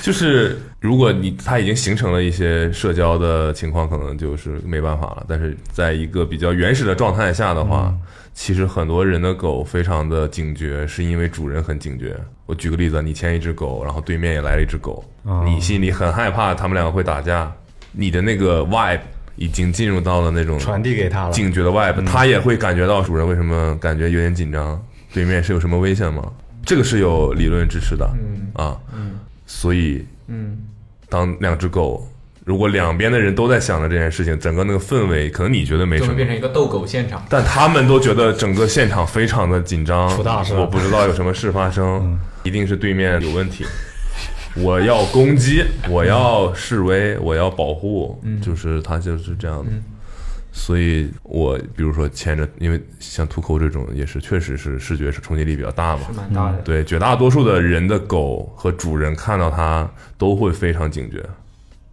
就是如果你它已经形成了一些社交的情况，可能就是没办法了。但是在一个比较原始的状态下的话，其实很多人的狗非常的警觉，是因为主人很警觉。我举个例子啊，你牵一只狗，然后对面也来了一只狗，
哦
你心里很害怕他们两个会打架，你的那个 vibe 已经进入到了那种
传递给他了。
警觉的外
嗯
部，他也会感觉到主人为什么感觉有点紧张，对面是有什么危险吗？这个是有理论支持的，
嗯
啊，所以
嗯，
当两只狗，如果两边的人都在想着这件事情，整个那个氛围，可能你觉得没
就
什
会
么
变，成一个斗狗现场。
但他们都觉得整个现场非常的紧张，
出大事了嗯
我不知道有什么事发生，一定是对面有问题。我要攻击，
嗯
我要示威，我要保护，就是他就是这样的。
嗯
所以，我比如说牵着，因为像土狗这种也是，确实是视觉是冲击力比较大嘛
是，嗯蛮大的，
对，绝大多数的人的狗和主人看到它都会非常警觉，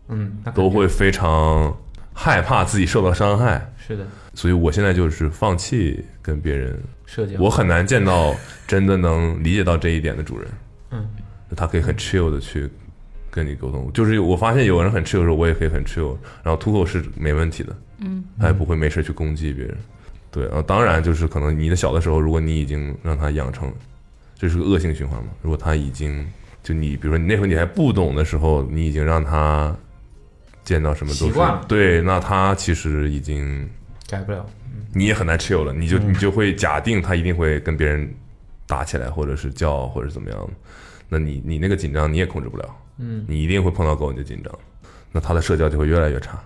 嗯，那肯定
都会非常害怕自己受到伤害，
是的，
所以我现在就是放弃跟别人，
社交，
我很难见到真的能理解到这一点的主人，
嗯，
他可以很 chill 的去跟你沟通，就是我发现有人很 chill 的时候，我也可以很 chill，然后土狗是没问题的，嗯，他也不会没事去攻击别人，对啊，当然就是可能你的小的时候，如果你已经让它养成，这是个恶性循环嘛，如果它已经就你，比如说你那时候你还不懂的时候，你已经让它见到什么都
习
是
惯了
对，那它其实已经。
改不了，
你也很难 chill 了，你就你就会假定他一定会跟别人打起来，或者是叫，或者是怎么样。那你你那个紧张你也控制不了，
嗯，
你一定会碰到狗你就紧张，那他的社交就会越来越差，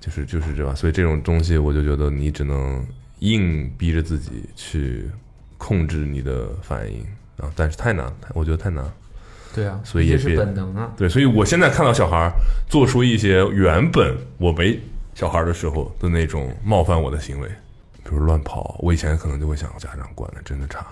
就是就是这样。所以这种东西我就觉得你只能硬逼着自己去控制你的反应啊，但是太难，了，我觉得太难。了。
对啊，
所以也
这是
别
本能啊，
对，所以我现在看到小孩儿做出一些原本我没小孩儿的时候的那种冒犯我的行为，比如乱跑，我以前可能就会想，家长管的真的差，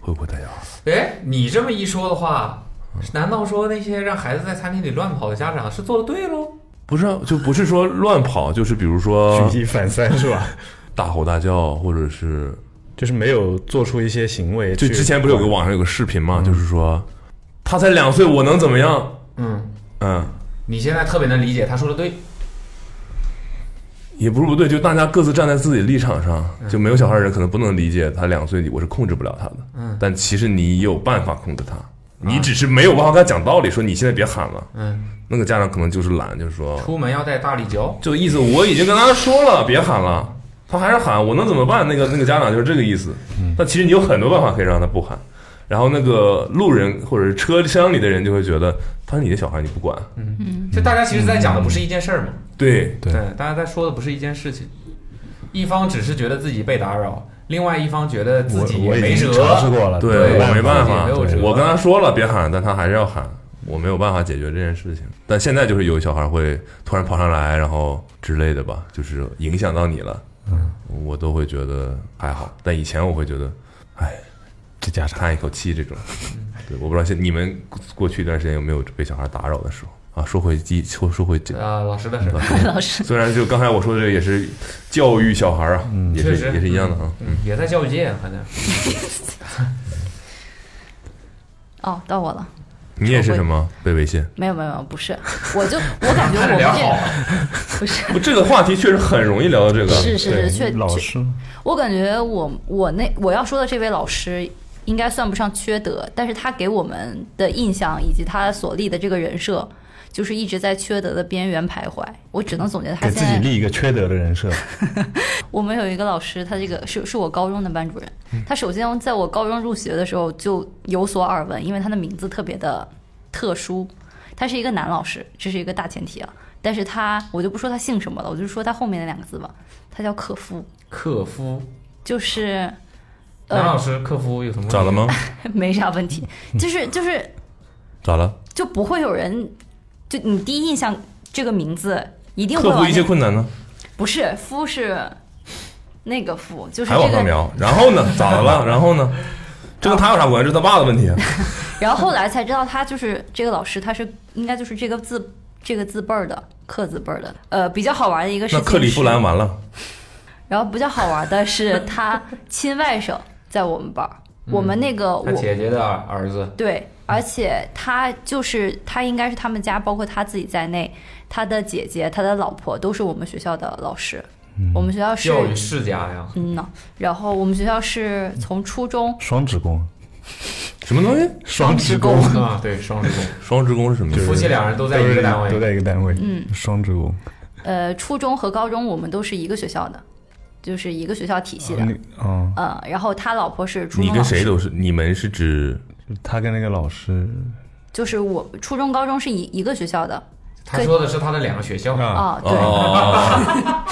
会不会太小？
哎，你这么一说的话，难道说那些让孩子在餐厅里乱跑的家长是做的对喽？
不是、啊，就不是说乱跑，就是比如说
举一反三是吧？
大吼大叫，或者是
就是没有做出一些行为
就
去。嗯
之前不是有个网上有个视频嘛，就是说他才两岁，我能怎么样？
嗯，
嗯，
你现在特别能理解他说的对，
也不是不对，就大家各自站在自己立场上，
嗯
就没有小孩的人可能不能理解他两岁，我是控制不了他的。
嗯
但其实你有办法控制他，你只是没有办法跟他讲道理，说你现在别喊了。
嗯，
那个家长可能就是懒，就是说，
出门要带大力胶，
就意思我已经跟他说了别喊了，他还是喊，我能怎么办？那个那个家长就是这个意思。但其实你有很多办法可以让他不喊。然后那个路人或者是车厢里的人就会觉得他是你的小孩，你不管。
就大家其实在讲的不是一件事儿嘛，
对，
对
对，大家在说的不是一件事情，一方只是觉得自己被打扰，另外一方觉得自
我
己
我
也
已
没
经
辙，
尝试过了，
对我没办
没
法
有辙，
我跟他说了别喊，但他还是要喊，我没有办法解决这件事情。但现在就是有小孩会突然跑上来，然后之类的吧，就是影响到你了，嗯，我都会觉得还好。但以前我会觉得哎
这家长
叹一口气这种，对，我不知道现你们过去一段时间有没有被小孩打扰的时候啊？说回鸡，说说回这。
啊，老师的事儿，
老师，
虽然就刚才我说的这个也是教育小孩啊，也
确
是
实
也是一样的啊。
嗯，也在教育界，反正
哦，到我了。
你也是什么被猥亵？
没有没有没有，不是，我就我感觉我
看着
们
聊 好
这，不是
不，这个话题确实很容易聊到这个。
是是是，确
老
确
师
我感觉我我那我要说的这位老师应该算不上缺德，但是他给我们的印象以及他所立的这个人设，就是一直在缺德的边缘徘徊。我只能总结他
给
现
自己
在。
立一个缺德的人设，
我们有一个老师，他这个是是我高中的班主任，
嗯
他首先在我高中入学的时候就有所耳闻，因为他的名字特别的特殊，他是一个男老师，这是一个大前提啊。但是他我就不说他姓什么了，我就说他后面那两个字吧，他叫克夫，
克夫
就是
男老
啊
呃
师克夫有什么问题
咋了？吗？
没啥问题，就是就是
咋了？
就不会有人，就你第一印象这个名字一定会
克服
往
一些
那
困难呢？
不是夫是那个夫，就是
还
这
往上
个
聊，然后呢？咋的了？然后呢？这跟他有啥关系？这是他爸的问题啊。
然后后来才知道，他就是这个老师，他是应该就是这个字这个字辈儿的克字辈儿的。呃，比较好玩的一个事
那
情
克利夫兰
是
完了，
然后比较好玩的是，他亲外甥在我们班儿，我们那个
他
我
姐姐的儿子，
对，而且他就是他应该是他们家，包括他自己在内，他的姐姐、他的老婆都是我们学校的老师。我们学校是
教育世家呀，
嗯呐，然后我们学校是从初中
双职 工，
什么东西？
双职
工
啊，对，双职工，
双职工是什么意
夫
思？
妻两人都在
都
一
是
个单
都
位，
在一个单位，嗯，双职工。
呃，初中和高中我们都是一个学校的，就是一个学校体系的。
你哦，
呃嗯，然后他老婆是初
你
中
跟
老
谁
师，
都是，你们是指
他跟那个老师
就是我初中、高中是一一个学校的
他说的是他的两个学校，
啊，
啊，对，
哦，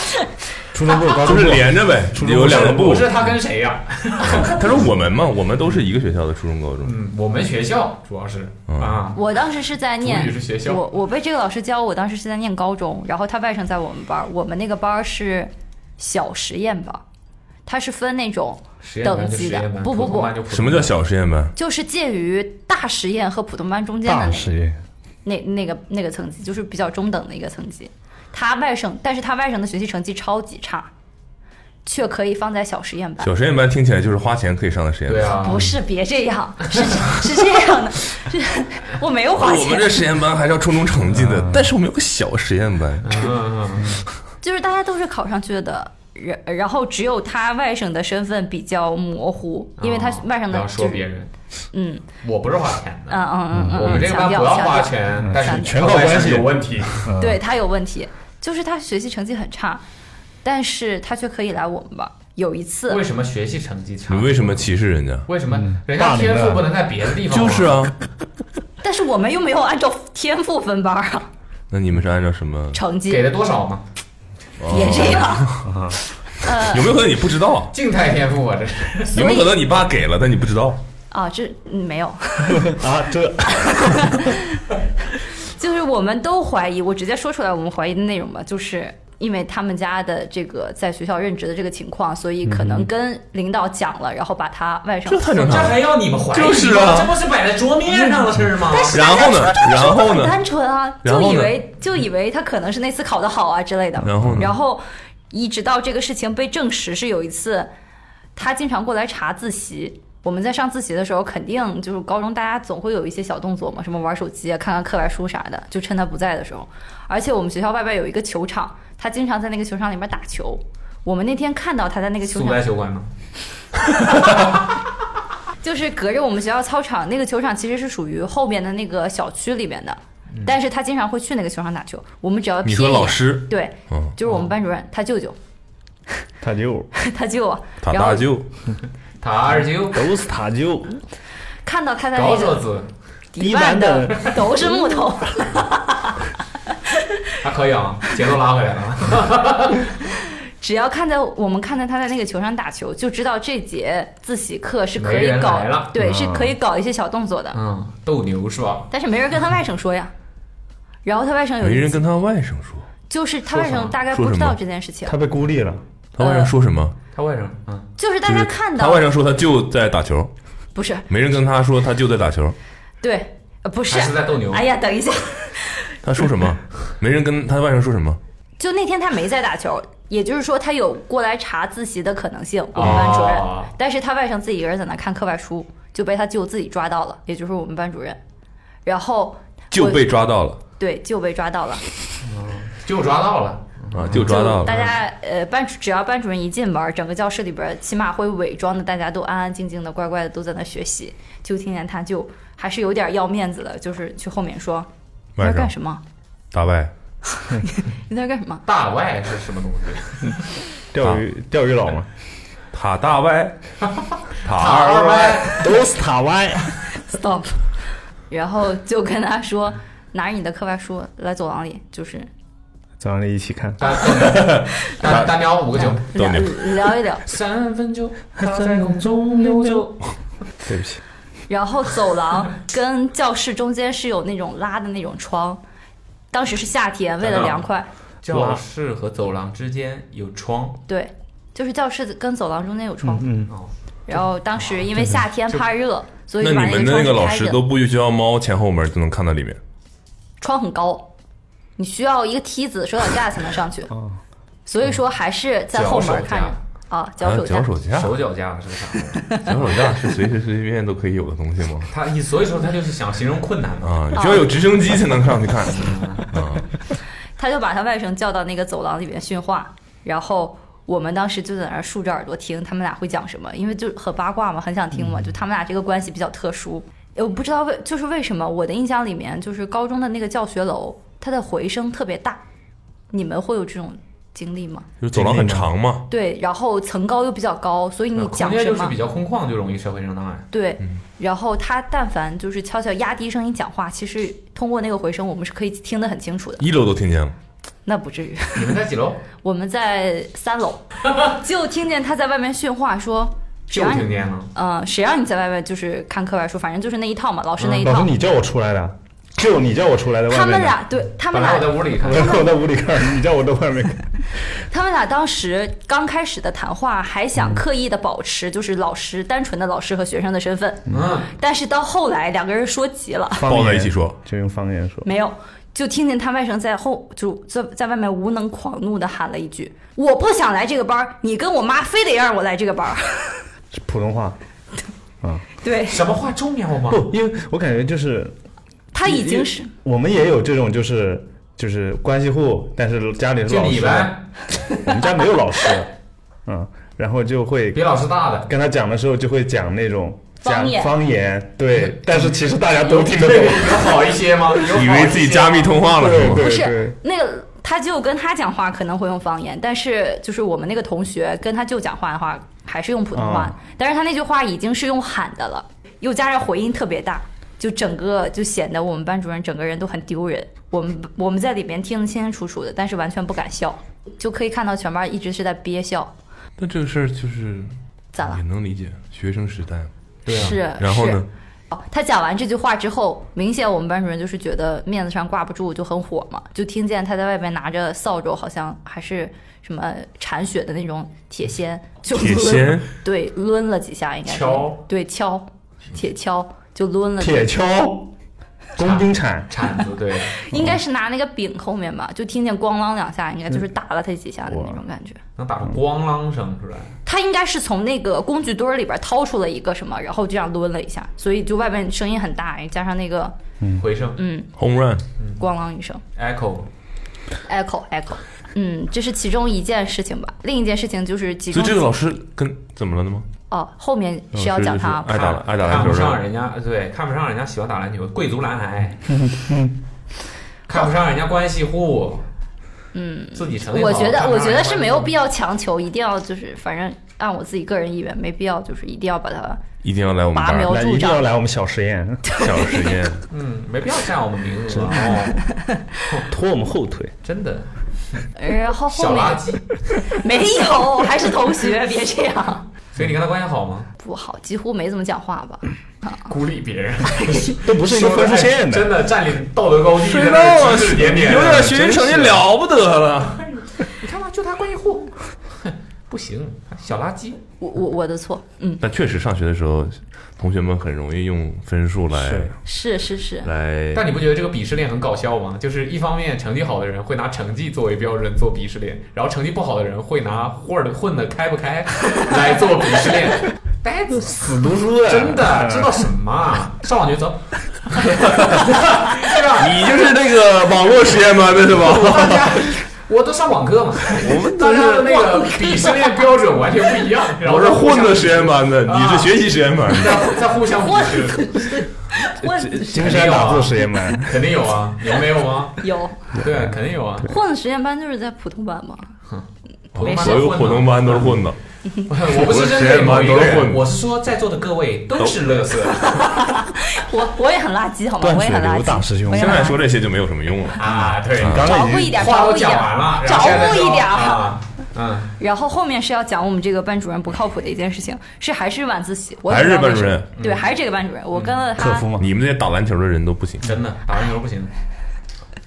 初中部、高中
就
部
是连着呗，有两个部
不。是他跟谁呀？
他说我们嘛，我们都是一个学校的初中、高中。
嗯，我们学校主要是
嗯
啊，
我当时是在念
主语是学校
我我被这个老师教，我当时是在念高中，然后他外甥在我们班儿，我们那个班儿是小实验班儿，它是分那种
实验班
等
就
级
实
的
验班，
不不
普通班就普通班
什么叫小实验班？
就是介于大实验和普通班中间的
大
那
实验，
那那个那个层级，就是比较中等的一个层级。他外甥，但是他外甥的学习成绩超级差，却可以放在小实验班。
小实验班听起来就是花钱可以上的实验
对
班。
啊，
不是，别这样，
嗯
是是这样的，是我没有花
我
钱
们，这实验班还是要冲冲成绩的，但是我们有个小实验班，
嗯嗯嗯
就是大家都是考上去的。然然后只有他外甥的身份比较模糊，因为他
哦
外甥
不
的
要
就
说
是
别人，
嗯
我不是花钱
嗯
的，
嗯嗯嗯，
我们这个班
强
不
调
要
强
花
嗯
调
钱，但是
全靠关系
有问题，
嗯
对他有问题，就是他学习成绩很差，但是他却可以来我们班儿。有一次
为什么学习成绩差？
你为什么嗯歧视人家？
为什么人家
霸凌
天赋
的
不能在别的地方？
就是，啊，
但是我们又没有按照天赋分班儿啊，
那你们是按照什么？
成绩
给了多少嘛？
也这样。
有没有可能你不知道？
静态天赋啊，这是
有没有可能你爸给了，但你不知道？
啊，这嗯没有，
啊，这
就是我们都怀疑，我直接说出来我们怀疑的内容吧，就是因为他们家的这个在学校任职的这个情况，所以可能跟领导讲了，然后把他外甥
嗯这太正常了。
要你们怀疑吗
就是啊
不是摆在桌面上的事儿
嗯
吗？
然后呢？然后
很
呢？
单纯啊，
然
就
后呢
以为就以为他可能是那次考得好啊之类的。
然后呢
然后一直到这个事情被证实，是有一次他经常过来查自习。我们在上自习的时候，肯定就是高中大家总会有一些小动作嘛，什么玩手机啊、看看课外书啥的，就趁他不在的时候。而且我们学校外边有一个球场，他经常在那个球场里面打球。我们那天看到他在那个球
速
场
来球馆吗？
就是隔着我们学校操场，那个球场其实是属于后边的那个小区里边的，但是他经常会去那个球场打球。我们只要
嗯你
瞥
说
一
老
眼，
师，
对，
嗯，
就是我们班主任他舅舅，
他舅
他舅啊，
他
然
大
后
舅，
塔二
嗯
舅，
都是他舅，
看到他在
高
那
桌
个
子
堤办的 都是木头，
还可以啊，节奏拉回来了。
只要看在我们看在他在那个球上打球，就知道这节自习课是可
没
以
人
搞
来了，
对，
嗯
是可以搞一些小动作的，
嗯，斗牛是吧？
但是没人跟他外甥说呀。然后他外甥有
没
一
人
次，
跟他外甥说，
就是他外
说什
甥
么
大概
说
不知
什么
道这件事情，
他被孤立了，
他外甥说什么？
他外甥，嗯，
就是大
就
家
是
呃看
他
到
外甥说他舅在打球，
不是
没人跟他说他舅在打球。
对，呃不是
还，是在斗牛。
哎呀，等一下，
他说什么？没人跟 他外甥说什么？
就那天他没在打球，也就是说他有过来查自习的可能性，我们班主任。
哦
但是他外甥自己一个人在那看课外书，就被他舅自己抓到了，也就是我们班主任。然后
舅被抓到了
对舅被抓到了，
就抓到了，
啊，舅抓到
就大
了。
家呃班主只要班主任一进门，整个教室里边起码会伪装的，大家都安安静静的、乖乖的都在那学习。就听见他舅还是有点要面子的，就是去后面说你在
外
那干
甥
什么？
大外，
你在那干什么？
大外是什么东西？
钓鱼
啊
钓鱼佬嘛，
塔大外， 塔
塔
二
二
外，
外，
都是他歪，
stop，然后就跟他说拿着你的课外书来走廊里，就是
早上一起看，
单单单单聊五个九，
逗
聊
你
聊一聊，
三分钟，他在空中溜走。
对不起，
然后走廊跟教室中间是有那种拉的那种窗，当时是夏天，为了凉快，
教室和走廊之间有窗，
对，就是教室跟走廊中间有窗，
嗯，
哦，
然后当时因为夏天怕热，所以
那
就把
你们的
窗
那个
是
老
开
师
着
都，不需要猫前后门就能看到里面，
窗很高，你需要一个梯子、手脚架才能上去，
哦
所以说还是在后
脚手
门看着
架
啊，脚
啊
手架
脚。手架，
手脚架是个 啥玩意儿？
脚手架是随时随地便便都可以有的东西吗？
他你所以说他就是想形容困 难嘛。
啊，你只要有直升机才能上去 看。啊，
他就把他外甥叫到那个走廊里面训话，然后我们当时就在那儿竖着耳朵听他们俩会讲什么，因为就很八卦嘛，很想听
嗯
嘛，就他们俩这个关系比较特殊。呃我不知道为就是为什么，我的印象里面就是高中的那个教学楼，它的回声特别大，你们会有这种经历嘛。
就是走廊很长嘛，
对，然后层高又比较高，所以你
呃空
讲
间
什
就是
么
比，较嗯空旷，就容易社会上当碍。
对，然后他但凡就是悄悄压低声音讲话，其实通过那个回声，我们是可以听得很清楚的。
一楼都听见了。
那不至于，
你们在几楼？
我们在 三楼就听见他在外面训话说，谁
就
让
听
你
见了。
呃谁让你在外面就是看课外书，反正就是那一套嘛，老师
啊
那一
嗯老
套。
师，你叫我出来的，啊就你叫我出来的，外
他
面
们
的
俩对他们
本来我在
俩，
屋里看，
我在屋里看，你叫我在外面看。
他们俩当时刚开始的谈话还想刻意的保持就是老师单纯的老师和学生的身份，
嗯，
但是到后来两个人说急了，
方
抱在
言
一起说
就用方言说。
没有，就听见他外甥在后就在在外面无能狂怒的喊了一句：“我不想来这个班儿，你跟我妈非得让我来这个班儿。
普通话。哦
对
什么话重要 吗？
不，因为我感觉就是
他已经是
我们也有这种，就是就是关系户，但是家里是
就
老
你
师，
呗，
我们家没有 老师，嗯，然后就会
比老师大 的。
跟他讲的时候就会讲那种
方
讲
言
方言，
嗯
对，但是其实大家都听得懂，
有好一些吗？有好一些
以
吗
为自己加密通话了是
对
吗？
不
对
是
对，
那个，他就跟他讲话可能会用方言，但是就是我们那个同学跟他舅讲话的话还是用普通话，
啊
但是他那句话已经是用喊的了，又加上回音特别大，就整个就显得我们班主任整个人都很丢人。我们我们在里边听得清清楚楚的，但是完全不敢笑，就可以看到全班一直是在憋笑。
但这个事儿就是
咋了呃
也？能理解，学生时代。
对啊
是，
然后
是
呢？
哦他讲完这句话之后，明显我们班主任就是觉得面子上挂不住，就很火嘛。就听见他在外边拿着扫帚，好像还是什么铲雪的那种铁锨， 就
铁
抡
锨，
对抡了几下，应该是
敲
对敲铁锹就抡了，
铁锹、工兵铲，
铲子，对，
应该是拿那个柄后面吧，就听见咣啷两下，应该就是打了他几下的那种感觉。
能打出咣啷声出来。
他应该是从那个工具堆儿里边掏出了一个什么，然后这样抡了一下，所以就外面声音很大，加上那个
回声
嗯
home run，
咣啷一声。
echo，
echo echo，嗯，这是其中一件事情吧。另一件事情就是集
所
中
以这个老师跟怎么了呢吗？
哦，后面是要讲他
爱打爱打篮
看
球
不
是哎
上
吧？
人家，对，看不上人家喜欢打篮球，贵族男 孩，看不上人家关系户，嗯，自己成绩好
我觉
看
得
不上
我觉
人
得
家
是
关
没
系
有
户
必要强求，一定要就是反正按我自己个人意愿，没必要就是一定要把它。
一定要来我们
拔
班
苗
儿
来
助
一定
长
要来我们小实验，
小实验。
嗯，没必要占我们名额哦，
拖我们后腿。
真的，
然后 后
小垃
面
圾。
没有，还是同学， 别这样，
所以你跟他关系好吗？
不好，几乎没怎么讲话吧。
孤立别 人，
都不是一个分数线
真的
的，
占领道德高地，
谁
在
让
那儿
我
指指点点，
有点学习成绩了不得了？
你看吧，就他关系户， 哼不行，小垃圾。
我我我的错，嗯，
但确实上学的时候，同学们很容易用分数来
是
是是是，
来。
但你不觉得这个鄙视链很搞笑吗？就是一方面成绩好的人会拿成绩作为标准做鄙视链，然后成绩不好的人会拿混的混的开不开来做鄙视链。呆子，
死读书的，
真的
嗯
知道什么啊？上网去走，
你就是啊那个网络实验班的是吧？
大家。我都上网课嘛，我们大家的那个鄙视链标准完全不一样，然后
我是哦混的实验
嘛，
班的，你是学习实验班的。
在在互相鄙视，
金山打字实验班，
肯定有啊，有没有吗？
有
对，肯定有啊。
混实验班就是在普通班嘛，没事
所有普通班都是混的，
我不是针对某一个人，我是说在座的各位都是乐色。
我我也很垃圾好吗？
断
我也
水
很垃
流
圾，
大师兄
我也
现
很
在
垃圾
说这些就没有什么用了。
啊，对，
刚
着
刚
步一
已经
点，
话
着
都
步一
讲
点
完了，，然
着
后现在
步
就
一点。
啊，嗯，
然后后面是要讲我们这个班主任不靠谱的一件事情，是还是晚自习，我也
还是
不知道为
班主任嗯
什
嗯
么，对，还是这个班主任，我跟了
客服
他
嘛，
你们这些打篮球的人都不行，
真的打篮球不行，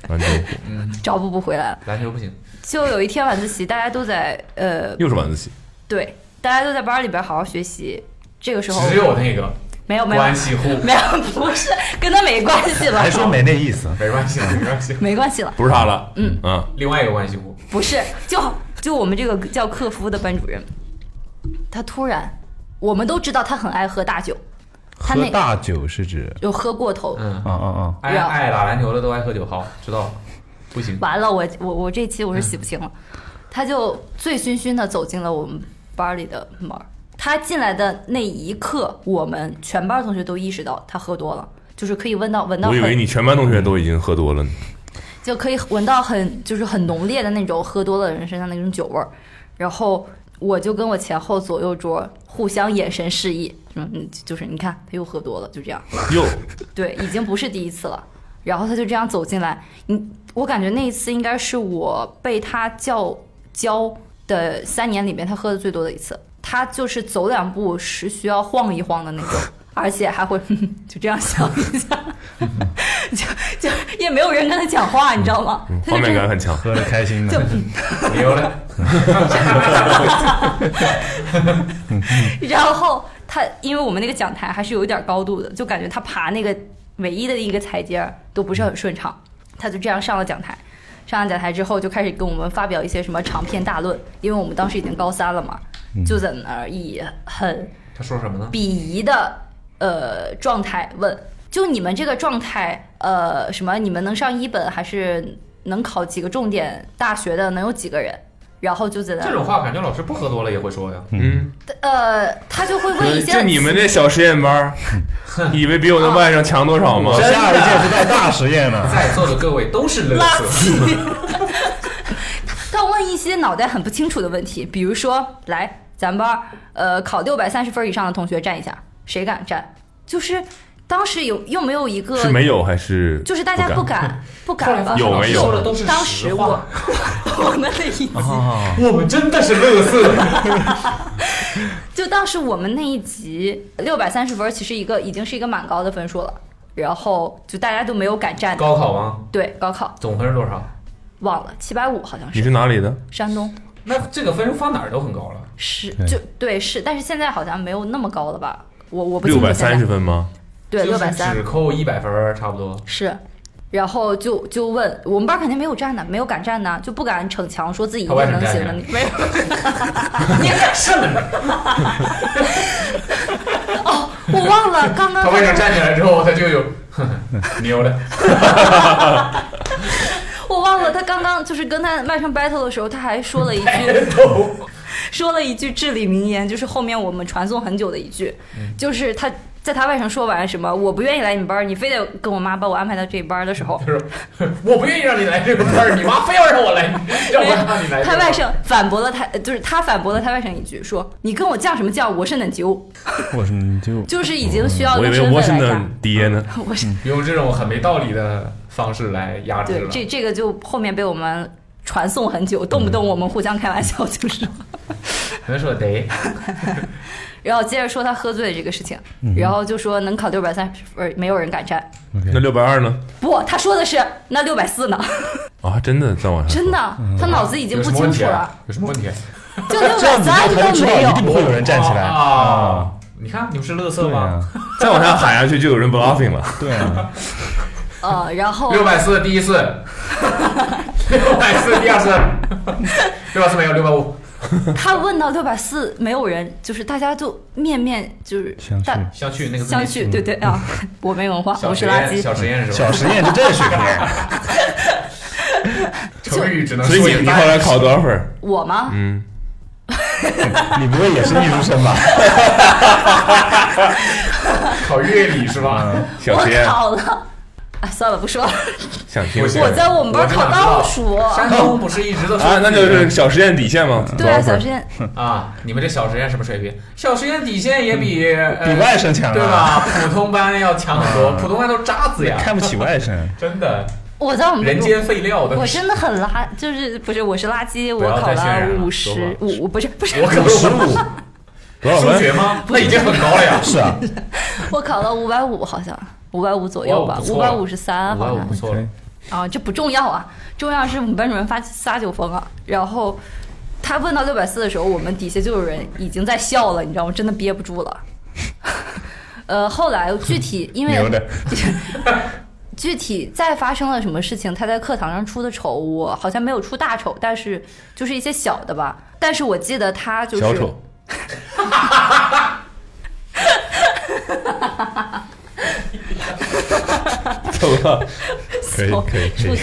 篮球
着步不回来了。
篮球不行，
就有一天晚自习，大家都在呃，
又是晚自习，
对，大家都在班里边好好学习。这个时候
只有那个
没有没有
关系户，
没有，不是跟他没关系了
还，说没那意思，
没关系，没关系，
没关系了，
不是他了。嗯啊，
另外一个关系户，
不是就就我们这个叫克夫的班主任，他突然，我们都知道他很爱喝大酒，他
喝
那
大酒是指，
就喝过头，
嗯，
啊啊啊，
爱
要
爱打篮球的都爱喝酒，好，知道了，不行，
完了，我我我这期我
嗯
是洗不清了。他就醉醺醺的走进了我们班里的门儿。他进来的那一刻，我们全班同学都意识到他喝多了，就是可以闻到闻到
我以为
很
你全班同学都已经喝多了呢。
就可以闻到很就是很浓烈的那种喝多了人身上那种酒味儿。然后我就跟我前后左右桌互相眼神示意，嗯，嗯就是你看他又喝多了，就这样。
哟，
对，已经不是第一次了。然后他就这样走进来，你我感觉那一次应该是我被他叫教的三年里面他喝的最多的一次。他就是走两步是需要晃一晃的那种，而且还会 就这样想一下，就就也没有人跟他讲话，你知道吗？他
画
就这
面
样
感很强。
喝的开心的，
溜了，
然后他，因为我们那个讲台还是有一点高度的，就感觉他爬那个唯一的一个台阶儿都不是很顺畅，他就这样上了讲台。上了讲台之后，就开始跟我们发表一些什么长篇大论，因为我们当时已经高三了嘛，
嗯
就在那儿以很
他说什么呢？
鄙夷的呃状态问，就你们这个状态，呃，什么你们能上一本还是能考几个重点大学的，能有几个人？然后就在那
这
儿，
种话感觉老师不喝多了也会说呀。
嗯，
呃，他就会问一些
就你们这小实验班儿，以为比我那外甥强多少吗
我？下一届是到大实验了，
在座的各位都是乐
垃
色，
圾。他问一些脑袋很不清楚的问题，比如说，来，咱班儿呃考六百三十分以上的同学站一下，谁敢站？就是当时有又没有一个
是没有还是？
就是大家不。敢不
后
敢
来
了。
有没有
说的都是
当
实
时我
话，
我们的一
我们真的是乐色。
就当时我们那一级六百三十分，其实一个已经是一个蛮高的分数了，然后就大家都没有敢站的。
高考吗？
对，高考
总分是多少？
忘了七百五好像
你
是
是哪里的？
山东
那这个分数放哪儿都很高了。
是
对
就对是，但是现在好像没有那么高了吧？我我不清
六
楚
百
现在
三十分吗？
对，
就
六
是
百三
只扣一百分儿差不 多。
是。然后就就问我们班肯定没有站的，没有敢站的，就不敢逞强说自己一
他
定
外甥
能
站
行
起来
的那，没有。
你敢上来？
我忘了刚刚
他为啥站起来之后，他就有 呵呵牛了？
我忘了他刚刚就是跟他外甥 battle 的时候，他还说了一句，说了一句至理名言，就是后面我们传颂很久的一句，就是他在他外甥说完什么我不愿意来你们班儿，你非得跟我妈把我安排到这班儿的时候，
他说我不愿意让你来这个班 儿，你妈非要让我来，让我让你来这个班儿。
他外甥反驳了他，就是他反驳了他外甥一句，说你跟我犟什么犟，我是恁舅，
我是你就
就是已经需要
哦我以
用
为我是
身份来
那
讲，
爹呢。
我是
用这种很没道理的方式来压制
对
了。
这这个就后面被我们传颂很久，动不动我们互相开玩笑就是。
能说得
然后接着说他喝醉这个事情，然后就说能考六百三十分，没有人敢站。
那六百二呢？
不，他说的是那六百四呢，
啊，真的在往上。
真。的，他脑子已经
有什
不
么
清
问题
楚了，
啊？有什么问题？
就六
这样
百
子就他就
三都
知道
没有
一。定不会有人站起来啊
啊！！你看，你不是乐色
对
吗？
啊，
再往下喊下去就有人 bluffing 了。
对啊，
呃，然后
六百四第一次，六百四第二次，六百四没有，六百五
他问到六百四，没有人，就是大家就面面就是
相
大
信
相去那个字
相
念
觑，对对啊，我没文化，
小
我是
实
垃
验，
圾。
小实验是吧
啊小？实验是这水平，
成语 只能
所以
说
你
一
你
半
后来考多少分？
我吗？
嗯，
你不会也是艺术生吧？
考乐理是吧？
小实
我
验
考了。 啊，算了，不说了。
想听
我
吗
是
我在我们班
我
考
哪知道
倒数。啊
山东不是一直都说
啊，那就是小实验底线嘛。
对
多
啊，
少
小
分
实验
啊，你们这小实验什么水平？小实验底线也比
比
比
外甥强啊
对吧？普通班要强很多，普通班都是渣子呀，
看不起外甥，
真的，
我在我们
人间废料的。
我真的很垃，就是不是我是垃圾，
不
我
要
考
再渲染
了
了
五十五，不是不是，
我可
十五
多少
数
分？
学吗？那已经很高了呀。
是啊，
我考了五百五，好像五百五左右吧，五
550
百五十三好像
不错了，
啊，这不重要啊，重要是我们班主任发撒酒疯啊，然后他问到六百四的时候，我们底下就有人已经在笑了，你知道吗？真的憋不住了。 呃，后来具体因为
牛的，
具体再发生了什么事情，他在课堂上出的丑，我好像没有出大丑，但是就是一些小的吧。但是我记得他就是
小 丑。怎么了？可以可以可以。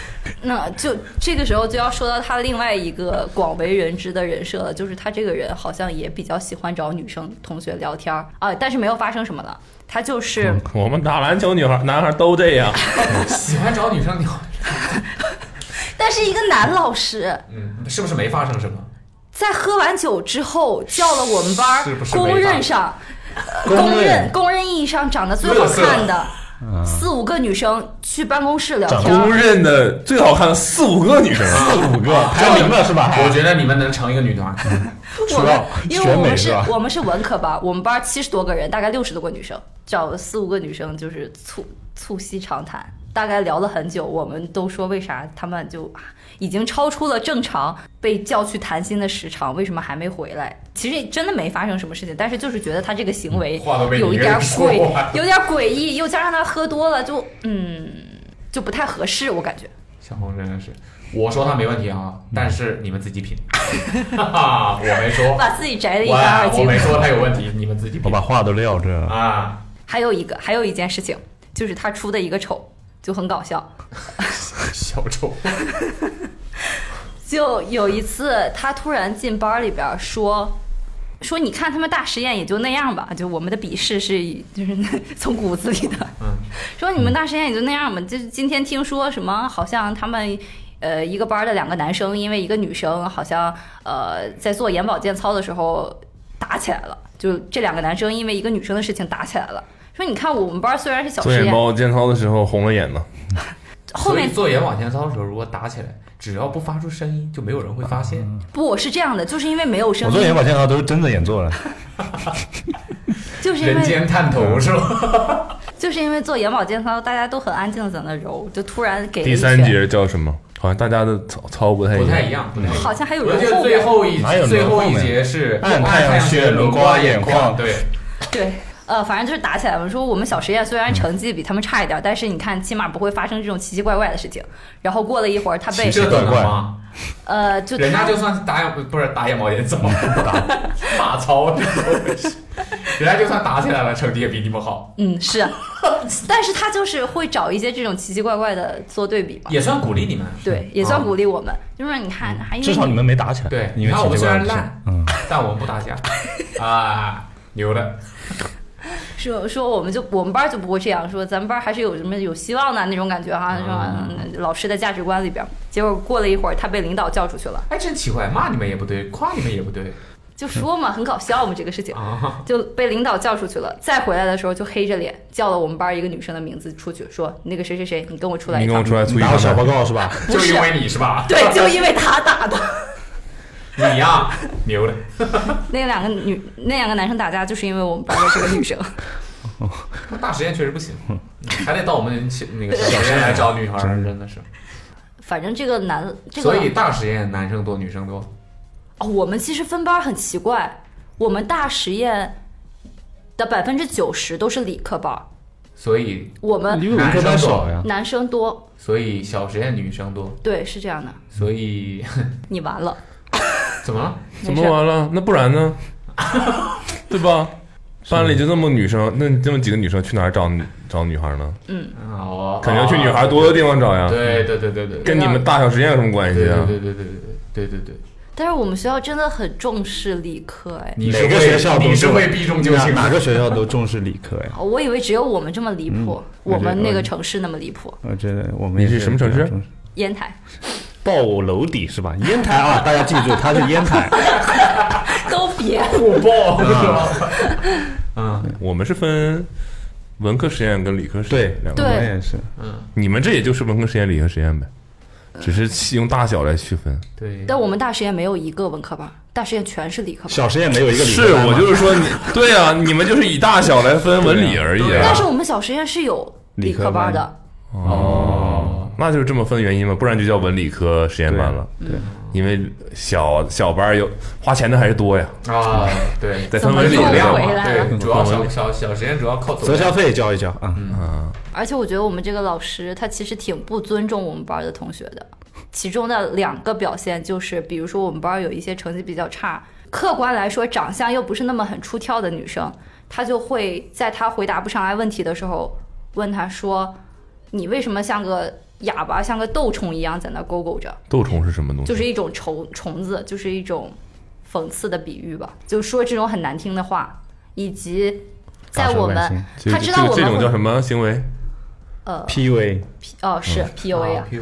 那就这个时候就要说到他另外一个广为人知的人设了，就是他这个人好像也比较喜欢找女生同学聊天儿啊，但是没有发生什么了。他就是
嗯我们打篮球女孩男孩都这样，
喜欢找女生聊，
但是一个男老师
嗯，是不是没发生什么？
在喝完酒之后叫了我们班儿
是不是没
公
法
认上，呃
公
公认
认
公认意义上长得最好看的四五个女生去办公室聊
公
天，
认的最好看的四五个女生啊，
四五个排名了是吧？
我觉得你们能成一个女团，
我
主
们
要
因
选
为我
美
们
是
是
吧
我们是文科班，我们班七十多个人，大概六十多个女生，找了四五个女生就是促促膝长谈，大概聊了很久，我们都说为啥他们就啊已经超出了正常被叫去谈心的时长，为什么还没回来？其实真的没发生什么事情，但是就是觉得他这个行为
话都被
有
你
一
一个
点
人
儿
说
诡
完，
有点儿诡异，又加上他喝多了，就嗯，就不太合适，我感觉。
小红真的是，我说她没问题啊，但是你们自己品，哈哈，我没说，
把自己摘的一干二
哇，我
净。
没说她有问题，你们自己
我
品
把话都撂这了，
啊，
还有一个，还有一件事情，就是他出的一个丑，就很搞笑。
小丑，
就有一次，他突然进班里边儿说。说你看他们大实验也就那样吧，就我们的鄙视是就是 从骨子里的。
嗯，
说你们大实验也就那样吧，就是今天听说什么好像他们呃一个班的两个男生因为一个女生好像呃在做眼保健操的时候打起来了，就这两个男生因为一个女生的事情打起来了。说你看我们班虽然是小
做
实
眼
验，
包健操的时候红了眼呢。
后面
所以做眼保健操的时候，如果打起来，只要不发出声音，就没有人会发现。
不是这样的，就是因为没有
我
声
做眼
音，
保健操都是睁着眼做的，
就是因
人
为
间探头是吧？
就是因为做眼保健操，大家都很安静的在那揉，就突然给了一
第三
拳，
节叫什么？好像大家的操操不太
不
一
太
样
一。样，不太一样。
好像还有
我觉
人
得
后
最
面。
后一
哪有
最
人
后
后
一
面
节是
按太
太
阳
阳
穴
穴
轮刮
刮
眼眶
眶，对，
对，呃，反正就是打起来了。说我们小实验虽然成绩比他们差一点，但是你看，起码不会发生这种奇奇怪怪的事情。然后过了一会儿，他啊被
这
怪
怎么
怪
吗？
呃，就
人家
他
就算是打眼不是打眼毛也怎么不 打马超这种东西？人家就算打起来了，成绩也比你们好，
嗯是，但是他就是会找一些这种奇奇怪怪的做对比嘛。
也算鼓励你们。
对，也算
啊
鼓励我们，就是你看，还因为
至少你们没打起来。
哎对
因
你
为
看我们
奇
虽
怪
然
的事
烂
嗯，
但我们不打架啊，牛的。
说说我们就我们班就不会这样说，咱们班还是有什么有希望的那种感觉哈，是吧？嗯老师的价值观里边，结果过了一会儿，他被领导叫出去了，
哎，真奇怪，骂你们也不对，夸你们也不对
就说嘛，很搞笑嘛，这个事情
啊。
就被领导叫出去了。再回来的时候就黑着脸叫了我们班一个女生的名字出去，说那个谁谁谁，你跟我出来
你
一
跟我
趟。
出来促
你
一
打我小
下
报告 是吧？
不
就是因为你是吧？
对，就因为他打的。
你呀，牛的。
那两个女那两个男生打架，就是因为我们班的这个女生。
大实验确实不行，还得到我们去那个小实验来找女孩儿，真的是。
反正这个男这个
所以大实验男生多，女生多。
哦，我们其实分班很奇怪，我们大实验的百分之九十都是理科班儿，
所以，
我
你
们
们文科班少呀，
男生多，
所以小实验女生多，
对，是这样的。
所以
你完了，
怎么了？
怎
没
么
事，
完了？那不然呢？对吧？班里就那么女生，那这么几个女生去哪儿找找女孩呢？
哦，
肯定去女孩多的地方找呀。
对对对对对，
跟你们大小实验有什么关
对
系
对
啊？
对对对对对对对，
但是我们学校真的很重视理科，哎，
你
哪个学校都
你是
重
会避重就
哪
轻
哪
的。
个学校都重视理科呀。
我以为只有我们这么离谱，
嗯我
我
觉得
们那个城市那么离谱。
我觉得我们也
你是什么城市
比较重视？
烟台
报楼底是吧？烟台啊，大家记住，它是烟台。
都别，
互爆是吧？嗯
我们是分文科实验跟理科实验两
对我
个。
们也是。
嗯，
你们这也就是文科实验、理科实验呗，只是用大小来区分。
对。
但我们大实验没有一个文科班，大实验全是理科班。
小实验没有一个理科
是
班
我
嘛
就是说你，对啊，你们就是以大小来分文理而已
对啊
但
啊
是。我们小实验是有理科班的，
哦，那就是这么分原因嘛，不然就叫文理科实验班了。对，因为小小班有花钱的还是多呀，
啊，对，
得分
怎么
文理
又
的
量
回
嘛。
嘛，
来
对，主要小小小实验主要靠走
择
量
校费交一交啊。
嗯
而且我觉得我们这个老师他其实挺不尊重我们班的同学的。其中的两个表现就是，比如说我们班有一些成绩比较差，客观来说长相又不是那么很出挑的女生，她就会在她回答不上来问题的时候，问她说：“你为什么像个哑巴，像个豆虫一样在那勾勾着？”
豆虫是什么东西？
就是一种虫虫子，就是一种讽刺的比喻吧，就说这种很难听的话，以及在我
打手板
们
心
这
他
个
知道
这个
我
这
们
种
会
叫什么行为？
呃
PUA，
P- 哦是
嗯
PUA 啊，
PUA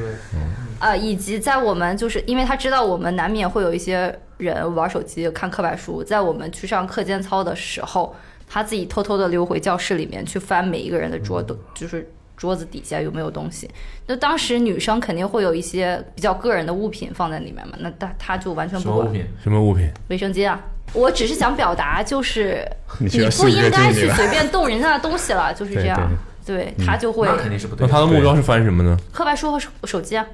呃，以及在我们就是因为他知道我们难免会有一些人玩手机、看课外书，在我们去上课间操的时候，他自己偷偷的溜回教室里面去翻每一个人的桌子，就是桌子底下有没有东西。那当时女生肯定会有一些比较个人的物品放在里面嘛，那他他就完全
什
不
么物
管
品？
什么物品？
卫生巾啊。我只是想表达，就是
你去
你
了
不
四
应
个
该
经
去
理了，
随便动人家的东西了，就是这
对
样。
对
对他就会
那肯定是不对的。
那他的目标是翻什么呢？
课外书和手手机啊。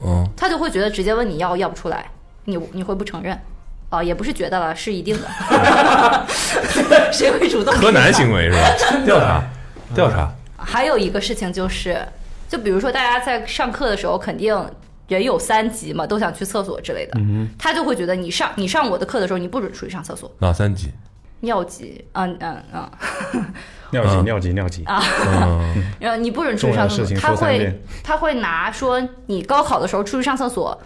哦，
他就会觉得直接问你要要不出来，你你会不承认，啊、也不是觉得了，是一定的，谁会主动？
柯南行。为是吧？调查， 调查。
还有一个事情就是，就比如说大家在上课的时候，肯定人有三急嘛，都想去厕所之类的，他就会觉得你上你上我的课的时候，你不准出去上厕所，
哪三级？
尿急，嗯嗯嗯，
尿急尿急尿急，
啊
嗯
然后你不准出去上厕
重要的事
所，
情
他
说三
会
遍
他会拿说你高考的时候出去上厕所，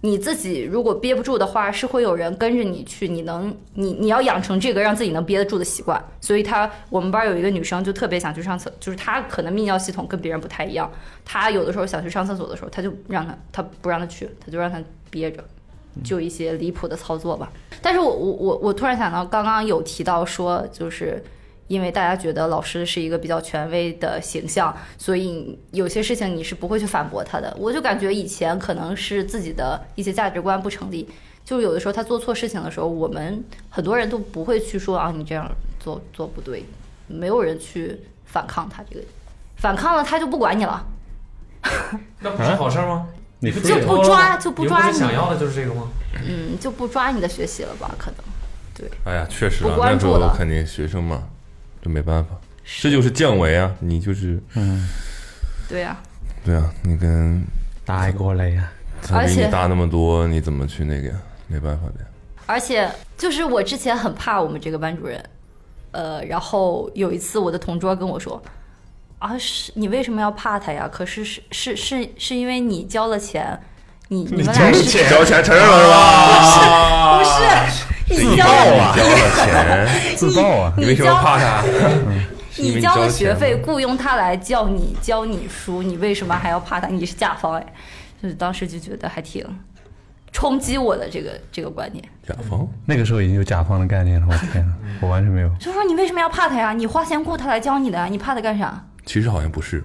你自己如果憋不住的话，是会有人跟着你去，你能你你要养成这个让自己能憋得住的习惯。所以她我们班有一个女生就特别想去上厕，就是她可能泌尿系统跟别人不太一样，她有的时候想去上厕所的时候，她就让她她不让她去，她就让她憋着。
嗯
就一些离谱的操作吧，但是我我我我突然想到，刚刚有提到说，就是因为大家觉得老师是一个比较权威的形象，所以有些事情你是不会去反驳他的。我就感觉以前可能是自己的一些价值观不成立，就是有的时候他做错事情的时候，我们很多人都不会去说啊，你这样做做不对，没有人去反抗他这个，反抗了他就不管你了，
那不是好事儿吗？
你
不
不
就
解
是
脱了
不抓
吗
就不
你
抓
不是想
你
要的就是这个吗？
嗯，就不抓你的学习了吧？可能
哎呀，确实啊
不，关
那时
注
候
了
肯定学生嘛，这没办法，这就是降维啊！你就是
对呀、
对啊，你跟
打过来呀？
他
而
比
且
你大那么多，你怎么去那个呀？没办法的呀。
而且就是我之前很怕我们这个班主任，呃，然后有一次我的同桌跟我说，啊，是你为什么要怕他呀？可是是是是是因为你交了钱，你你们俩是
交钱承认了是吧？
不
啊
是你交了
交了钱，
自爆啊！
你
你
为什么
交
怕他？是因为
你
你
交
交
了
了
学
钱
费，
吗
雇佣他来教你教你书，你为什么还要怕他？你是甲方哎，就是当时就觉得还挺冲击我的这个这个观念，
甲方
那个时候已经有甲方的概念了，我天啊，我完全没有。
就说你为什么要怕他呀？你花钱雇他来教你的呀，你怕他干啥？
其实好像不是，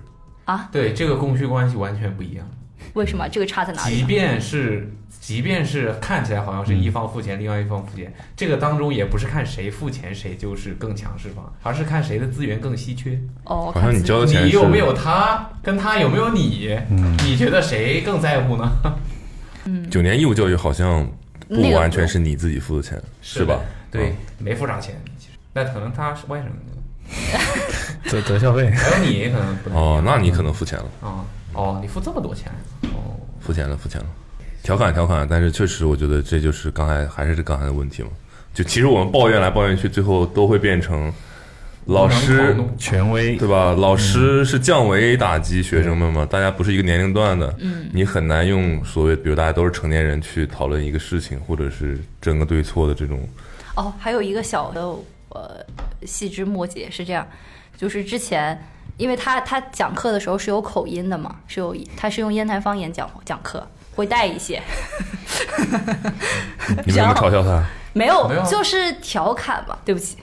对，这个供需关系完全不一样。
为什么这个差在哪
即
里？
便是即便是看起来好像
嗯
是一方付钱，另外一方付钱，这个当中也不是看谁付钱谁就是更强势方，而是看谁的资源更稀缺。
哦，
好像你交的钱
你
是嗯
有没有他，跟他有没有你，你觉得谁更在乎呢？
九年义务教育好像
那
不
个
完
不
全是你自己付的钱，是吧？啊
对，没付啥钱，其实那可能他是外省的，
择择校费，
还有你可能不太
哦，那你可能付钱了，
啊哦，你付这么多钱哦，
付钱了，付钱了。调侃调侃，但是确实我觉得这就是刚才还是刚才的问题嘛。就其实我们抱怨来抱怨去，最后都会变成老
无
师
能狂怒
权威
对吧？老师是降维打击学生们嘛，大家不是一个年龄段的，嗯，你很难用所谓比如大家都是成年人去讨论一个事情，或者是争个对错的这种，
哦，还有一个小的呃细枝末节是这样，就是之前因为他他讲课的时候是有口音的嘛，是有他是用烟台方言讲讲课，会带一些，
你为什么嘲笑他？
没有，
没有啊
就是调侃吧。对不起，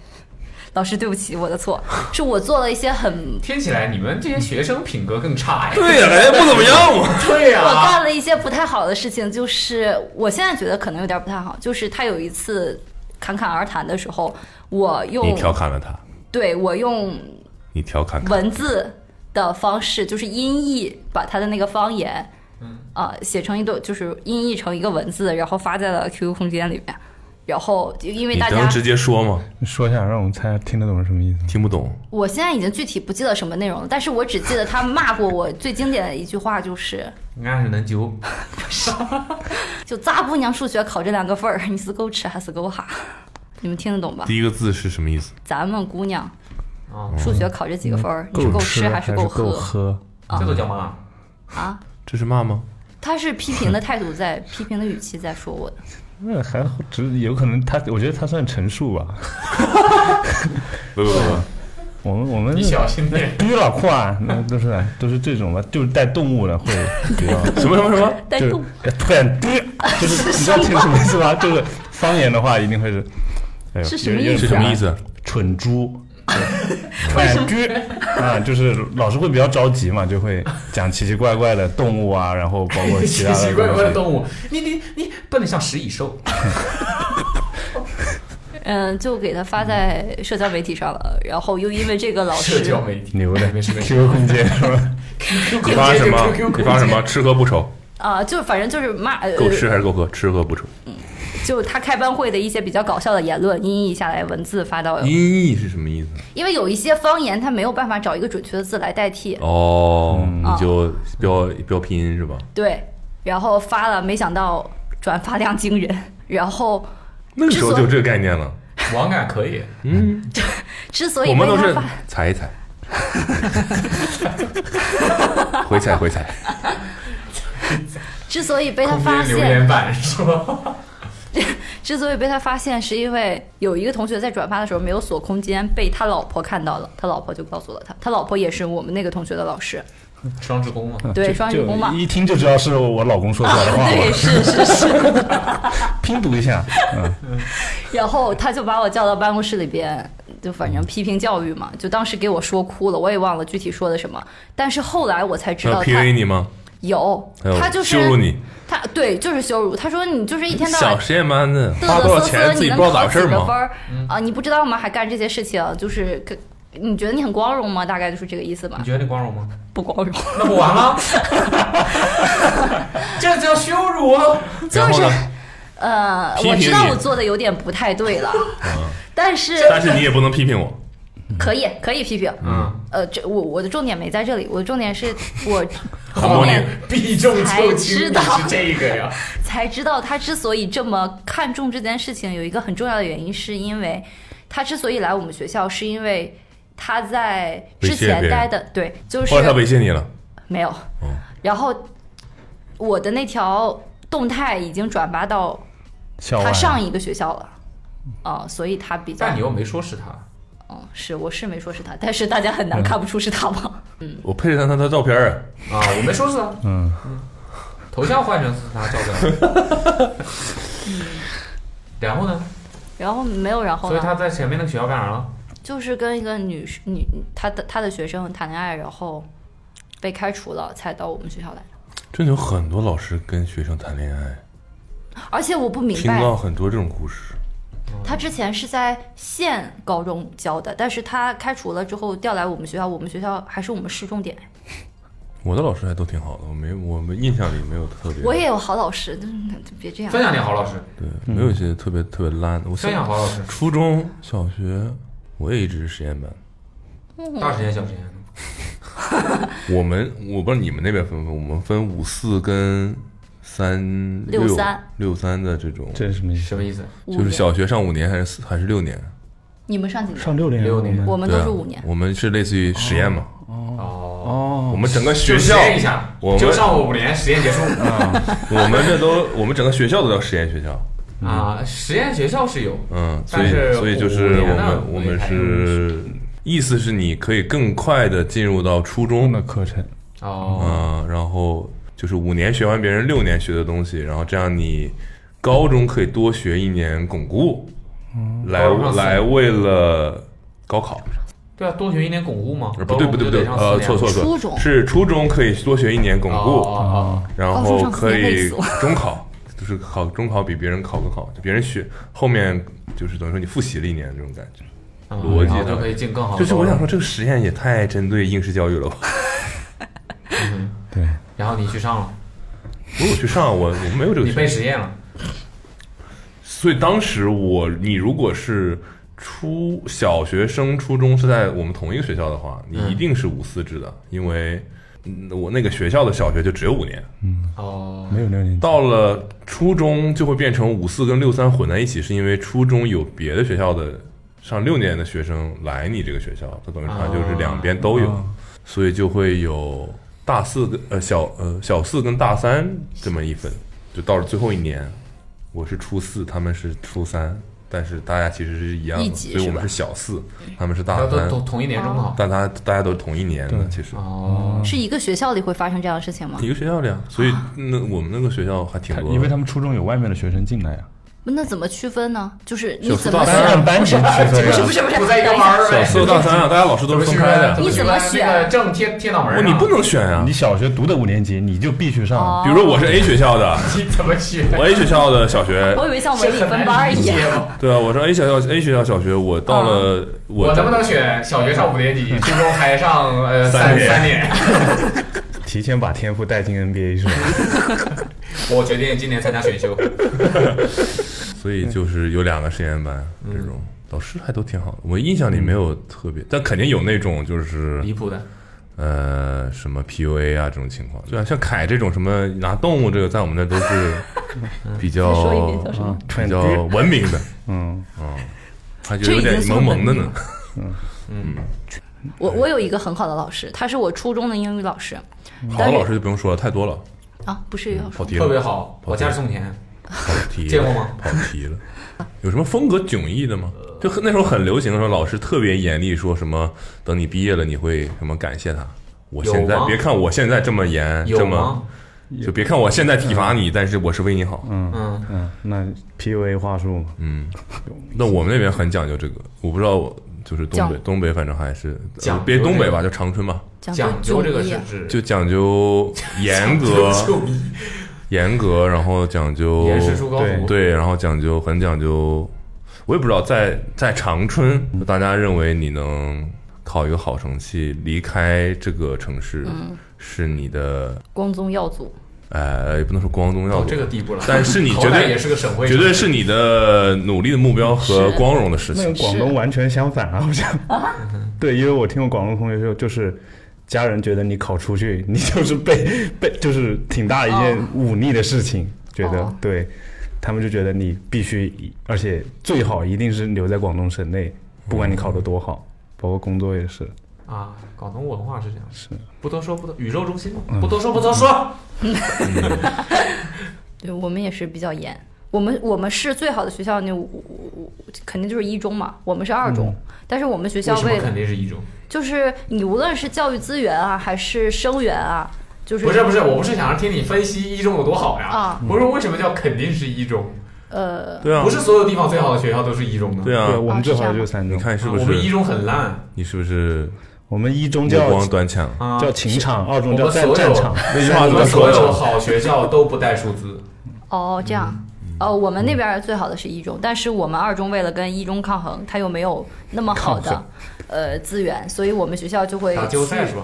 老师，对不起，我的错，是我做了一些很。
听起来你们这些学生品格更差呀？
对呀、人家不怎么样啊嘛。
对呀、
我干了一些不太好的事情，就是我现在觉得可能有点不太好。就是他有一次侃侃而谈的时候，我
你
用
调侃了他，
对我用
你调侃他，
文字的方式，就是音译，把他的那个方言，嗯，呃，写成一段，就是音译成一个文字，然后发在了 QQ 空间里面。然后就因为
你
大
能
家，
直接说吗？
你说一下，让我们猜下听得懂是什么意思吗？
听不懂，
我现在已经具体不记得什么内容了，但是我只记得他骂过我最经典的一句话就是
应该是能揪，
“就咋不娘数学考这两个分儿，你是够吃还是够哈？” 你们听得懂吧？
第一个字是什么意思？
咱们姑娘
哦
数学考这几个分儿，你是够吃还是
够
喝
喝？
这都叫骂。
啊？
这是骂吗？
他是批评的态度在，批评的语气在说我的。
那还好只有可能他，我觉得他算陈述吧。
不不不，
我们我们
你小心点。
逼老阔啊，那都是都是这种吧，就是带动物的会比较。
什么什么什么？
带
就是
动
突然嘟，就是你知道听什么意思吗？ 就是方言的话一定会是，哎呦
是什
有
么意啊
点
是什么意思？
蠢猪。突然嘟啊，就是老师会比较着急嘛，就会讲奇奇怪怪的动物啊，然后包 括其
奇
他
奇怪怪的
的东西。
动物，你你你不能像食蚁兽，
嗯，就给他发在社交媒体上了，然后又因为这 个老
社
师
交媒 体哎
牛的
没事没事。
QQ 空 间是吧？
你发什么
QQ？
你发什么？吃喝不愁，
啊，就反正就是骂，呃
够吃还是够喝？吃喝不愁。
就他开班会的一些比较搞笑的言论，音译下来文字发到，
音译是什么意思？
因为有一些方言他没有办法找一个准确的字来代替，
哦，
嗯
你就标标拼音是吧？
对，然后发了，没想到转发量惊人， 然后
那个
之
时候
所
就这个概念了。
网感可以，
之所以
我们
被
都
他
是
发
踩一踩， 回踩回踩。
之所以被他
空
发
间留
现
言板是吧？
之所以被他发现，是因为有一个同学在转发的时候没有锁空间，被他老婆看到了，他老婆就告诉了他，他老婆也是我们那个同学的老师，
双职工嘛，
嗯
对，
就
双语工嘛
就，一听就知道是我老公说出来的话
对，
嘛，
是是是，
拼读一下，嗯，
然后他就把我叫到办公室里边，就反正批评教育嘛，就当时给我说哭了，我也忘了具体说的什么，但是后来我才知
那
道
PUA
他
你吗？
有
还有，
他就是
羞辱你，
他对，就是羞辱，他说你就是一天到晚
小实验班的，
嘚
花
嘚
多
瑟
少
瑟，
钱自
你
己不
能
知道咋
考
回
几
事
个分
吗？
儿啊？你不知道吗？还干这些事情，就是可你觉得你很光荣吗？大概就是这个意思吧
你。觉得你光荣吗？
不光荣，
那不完了， 这叫羞辱啊！
就
然后
是
呢？
呃，
批评
我知道
你嗯
我做的有点不太对了， 但是
但是你也不能批评我。
可以可以批评。
嗯，
呃，这我我的重点没在这里，我的重点是我后
模拟
面
避重就轻
才知道
是这个呀。
才知道他之所以这么看重这件事情，有一个很重要的原因，是因为他之所以来我们学校，是因为他在之
猥亵别
前
人
待的对，就是
后来他哦猥亵你了，
没有。然后我的那条动态已经转发到
校
他
外
上一个学校了，啊，所以他比较
但你又没说是他，
嗯，是我是没说是他，但是大家很
嗯
难看不出是他嘛。
我配上他的照片儿啊，
啊，我没说是他，嗯，头像换成是他照片。然后呢？
然后没有然后
所以他
了，
在前面那个学校干啥了？
就是跟一个女生女他的他的学生谈恋爱，然后被开除了，才到我们学校来的。
真的有很多老师跟学生谈恋爱，
而且我不明
听
白，
到很多这种故事。
他之前是在县高中教的，但是他开除了之后调来我们学校，我们学校还是我们市重点。
我的老师还都挺好的，我没我们印象里没有特别，
我也有好老师，嗯别这样
分。享点好老师，
对，没有一些特别特别烂的。我
分享好老师，
初中小学我也一直是实验班，
大实验小实验。
我们我不知道你们那边分不分，我们分五四跟三
六三
六三的这种，
这是什么意思？
什么意思？
五
就是
年
小学上五年还是四还是六年？
你们上几年？
上六年，
六年
我们
对
都
啊
是五年，
我们是类似于实验嘛，
哦，
哦
我，们整个学
就实
校，
验一下，
我们
就上我五年，实验结束
我们这都我们整个学校都叫实验学校，
啊。实验学校是有，
嗯，所
但
以
是
所以就是
五
我
年呢
们我们
还
是意思是你可以更快的进入到初中
中的课程，
哦，
嗯，然后就是五年学完别人六年学的东西，然后这样你高中可以多学一年巩固，来
嗯高中上四年
来为了高考，
对啊，多学一年巩固嘛
呃。不对不对不对，
高中就得上四
呃
年
错错错，
初中
是初中可以多学一年巩
哦
固，
哦哦
然
高中
后
上四
可
年累
以
死我
中考，就是考中考比别人考更好，就别人学后面就是等于说你复习了一年这种感觉。
嗯
逻辑
然后
的
就可以进更好的高中。
就是我想说，这个实验也太针对应试教育了吧？
对，
然后你去上了，
如果去上我我没有这个
你
学
被实验了，
所以当时我，你如果是初小学升初中是在我们同一个学校的话，你
嗯
一定是五四制的，因为嗯我那个学校的小学就只有五年，
哦，
没有六年级，
到了初中就会变成五四跟六三混在一起，是因为初中有别的学校的上六年的学生来你这个学校，他等于他就是两边都有，所以就会有大四跟呃小呃小四跟大三这么一分，就到了最后一年，我是初四，他们是初三。但是大家其实是一样
一
的，
级
所以我
是吧
们是小四，他们是大
然后都
三，
都同一年中考。
但他大家都是同一年的，
对
其实
哦，
是一个学校里会发生这样的事情吗
一？个学校的呀，所以那我们那个学校还挺
他
多的，
因为他们初中有外面的学生进来呀，
那怎么区分呢？就是你
小
怎
四
么
大
然
三
按
选？
班级区分
不是
呀
不。是不是，
不在一个
等一
班
下
儿呗
小。四到大三啊，大家老师都是分开的
怎么，你怎么啊选
啊那个正贴贴脑门
不
上，
你不能选呀
你。小学读的五年级，你就必须上。
哦
比如说我是 A 学校的，
你怎么选？
我 A 学校的小学，
我以为像文理分班一样。
样。
对啊，我是 A 学校 A 学校小学，我到了我
我能不能选小学上五年级， 初中还上呃
三
三
年
三年？
提前把天赋带进 NBA 是吧？
我决定今年参加选修。
所以就是有两个实验班这种。老师还都挺好的，我印象里没有特别，但肯定有那种就是
离谱的，
呃什么 PUA 啊这种情况。对啊，像凯这种什么拿动物这个，在我们那都是比较
再说一遍叫什么
啊，
比较文明的，
嗯，
还觉得有点萌萌的呢。
我我有一个很好的老师，他是我初中的英语老师
好的老师就不用说了，太多了，
啊，不是英语老师
跑题了，
特 别好。
跑题了
我家是种田，
跑题了，
见过吗
跑题了，有什么风格迥异的吗？就那时候很流行的时候，老师特别严厉，说什么等你毕业了，你会什么感谢他。我现在
有吗
别看我现在这么严，这
有
么
吗？
就别看我现在体罚你，但是我是为你好。
嗯，
嗯，那 PUA 话术嘛，
嗯，那我们那边很讲究这个，我不知道，就是东北
讲
东北反正还是呃
讲究
别东北吧，
这
就长春吧，
讲
讲
究
究这个
业
是指
就讲究严格
就
严格，然后讲究
严师出高徒，
哦对，然后讲究很讲究，我也不知道在在长春，
嗯
大家认为你能考一个好成绩离开这个城市，
嗯
是你的
光宗耀祖，
呃也不能说光宗
到
耀
哦
祖，
这个地步了。
但是你
好
绝
歹
对
也是个省会，
绝对是你的努力的目标和光荣的事
那
情
跟。广东完全相反啊，好像。 对，因为我听过广东同学说，就是家人觉得你考出去，你就是被被就是挺大一件
哦
忤逆的事情，觉得
哦
对，他们就觉得你必须，而且最好一定是留在广东省内，不管你考得多好，包括工作也是。
啊。广东文化是这样，
是
不多说不多，宇宙中心嘛，
嗯
不多说不多说。
对我们也是比较严。我们我们市最好的学校那五五五肯定就是一中嘛，我们是二中，但是我们学校
嗯为什
为
么
了
肯定是一中？
就是你无论是教育资源啊，还是生源啊，就是
不是不是，我不是想让听你分析一中有多好呀。
啊，
我说为什么叫肯定是一中？
呃，
对啊
不，是所有地方最好的学校都是一中的。
对
啊，
对，
啊，
我们最好
是这
的就
样
是三
你
中。
看是不
我们一
是？
中很烂
你是不是
我们一中
目
叫
光短浅？
啊。
叫情场，二中
我
叫
们所
战
有
战场，
那句话
我
怎么
们所
说
有
呢？
好学校都不带数字，
哦这样，
嗯
呃，我们那边最好的是一中，但是我们二中为了跟一中抗衡，它又没有那么好的呃资源，所以我们学校就会
打季后赛是吧？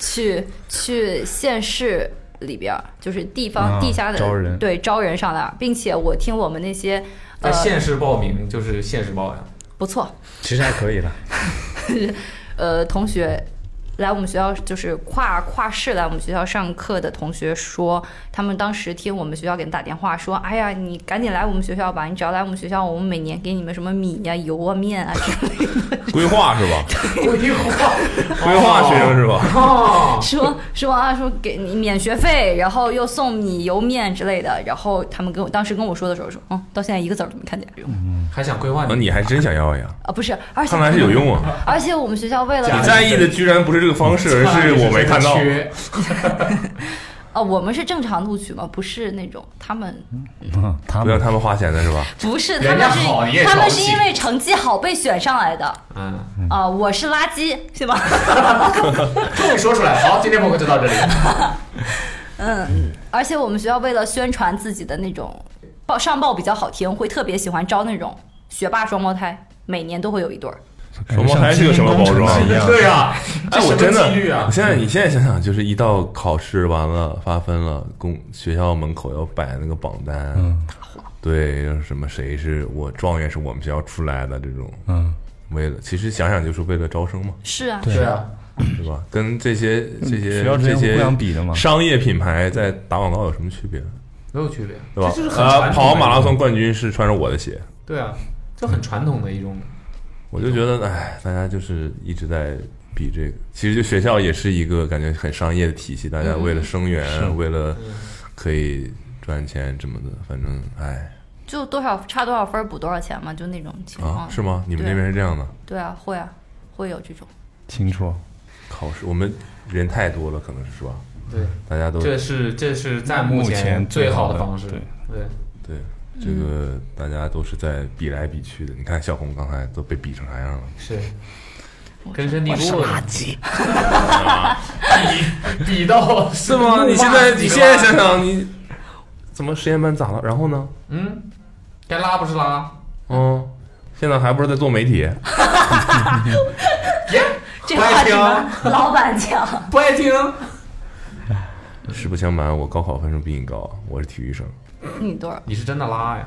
去去县市里边儿，就是地方、
啊
地下的
招人
对招人上来，啊并且我听我们那些
在
呃
县市报名就是县市报呀。
不错
其实还可以了。
呃同学来我们学校，就是跨跨市来我们学校上课的同学说，他们当时听我们学校给他打电话说，哎呀，你赶紧来我们学校吧，你只要来我们学校，我们每年给你们什么米呀、油啊、面啊 之类的，
规划是 吧？
规划，
规划学生是吧？
哦，
说说啊说给你免学费，然后又送米油面之类的，然后他们跟我当时跟我说的时候说，嗯，到现在一个字儿都没看见有。
还想规划
啊，
你？
你还真想 要呀？
啊，不是，而且
看来是有用啊！
而且我们学校为了
你在意的居然不是这个方式，而是我没看到。
缺
啊，我们是正常录取嘛，不是那种他们
嗯他
不让
啊
们
他们花钱的是吧？
不是他
人
们
家
是
好你也
他
瞧
们
不
是
起
因为成绩好被选上来的
嗯，
啊，我是垃圾是吧？
终于说出来了。好，今天播客就到这里。
嗯，而且我们学校为了宣传自己的那种报上报比较好听，会特别喜欢招那种学霸双胞胎，每年都会有一对儿。
双胞胎是个什么包装
一样
对呀，
哎，
这
我
什么
真的
几率，啊
我！现在你现在想想，就是一到考试完了发分了，公学校门口要摆那个榜单，
嗯
对，就是什么谁是我状元是我们学校出来的这种，
嗯，
为了其实想想就是为了招生嘛，
是啊，
对啊，
对吧？跟这些这些
学校之
这
间不
些
想比的嘛。
商业品牌在打广告有什么区别，
没有区别，
对吧
这就是？很传统
呃，
的
跑马拉松冠军是穿着我的鞋，
对啊，这很传统的一种。
我就觉得，哎，大家就是一直在比这个。其实就学校也是一个感觉很商业的体系，大嗯家为了生源，为了可以赚钱什么的，反正哎，
就多少差多少分儿补多少钱嘛，就那种情况。
啊？是吗？你们那边是这样的？
对啊，会啊，会有这种。
清楚。
考试我们人太多了，可能是是吧？
对，
大家都
这是这是在
目
前
前
最
最
好
好
的
的
方式。
对
对，
对，这个大家都是在比来比去的。你看小红刚才都被比成啥样了？
是。根深蒂固了， 比比到
是吗？你现在你现在想想，你怎么实验班咋了？然后呢？
嗯，该拉不是拉，
嗯，现在还不是在做媒体？
这
不爱
话
听啊
只能老板讲。
不爱听。啊
实不相瞒，我高考分数比你高，我是体育生，
你多少？
你是真的拉 呀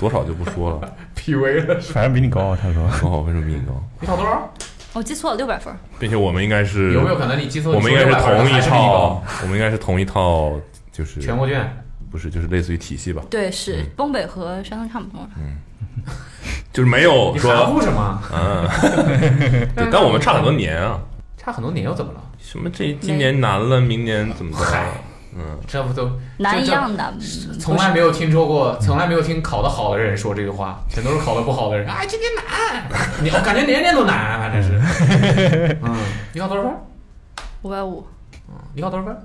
多少就不说了。
？PUA 了，
反正比你高，啊他说。
高考分数比你高，
你考多 少？
我记错了，六百分儿。
并且我们应该是
有没有可能你记错？
我们应该是同
你说
一
600
套，我们应该是同一套，就是
全国卷，
不是就是类似于体系吧，
对，是东北和山东差不多。
就是没有
你
说
含糊什么？
对，但我们差很多年啊。
差很多年又怎么了？
什么这今年难了，明年怎么
嗨
着？嗯，
这不都
难
这
一
这
样的，
从来没有听说过，从来没有听考得好的人说这句话，全都是考得不好的人。哎，今年难，你我感觉年年都难，啊反正是。 嗯，你考多少分？
五百五，
你考多少分？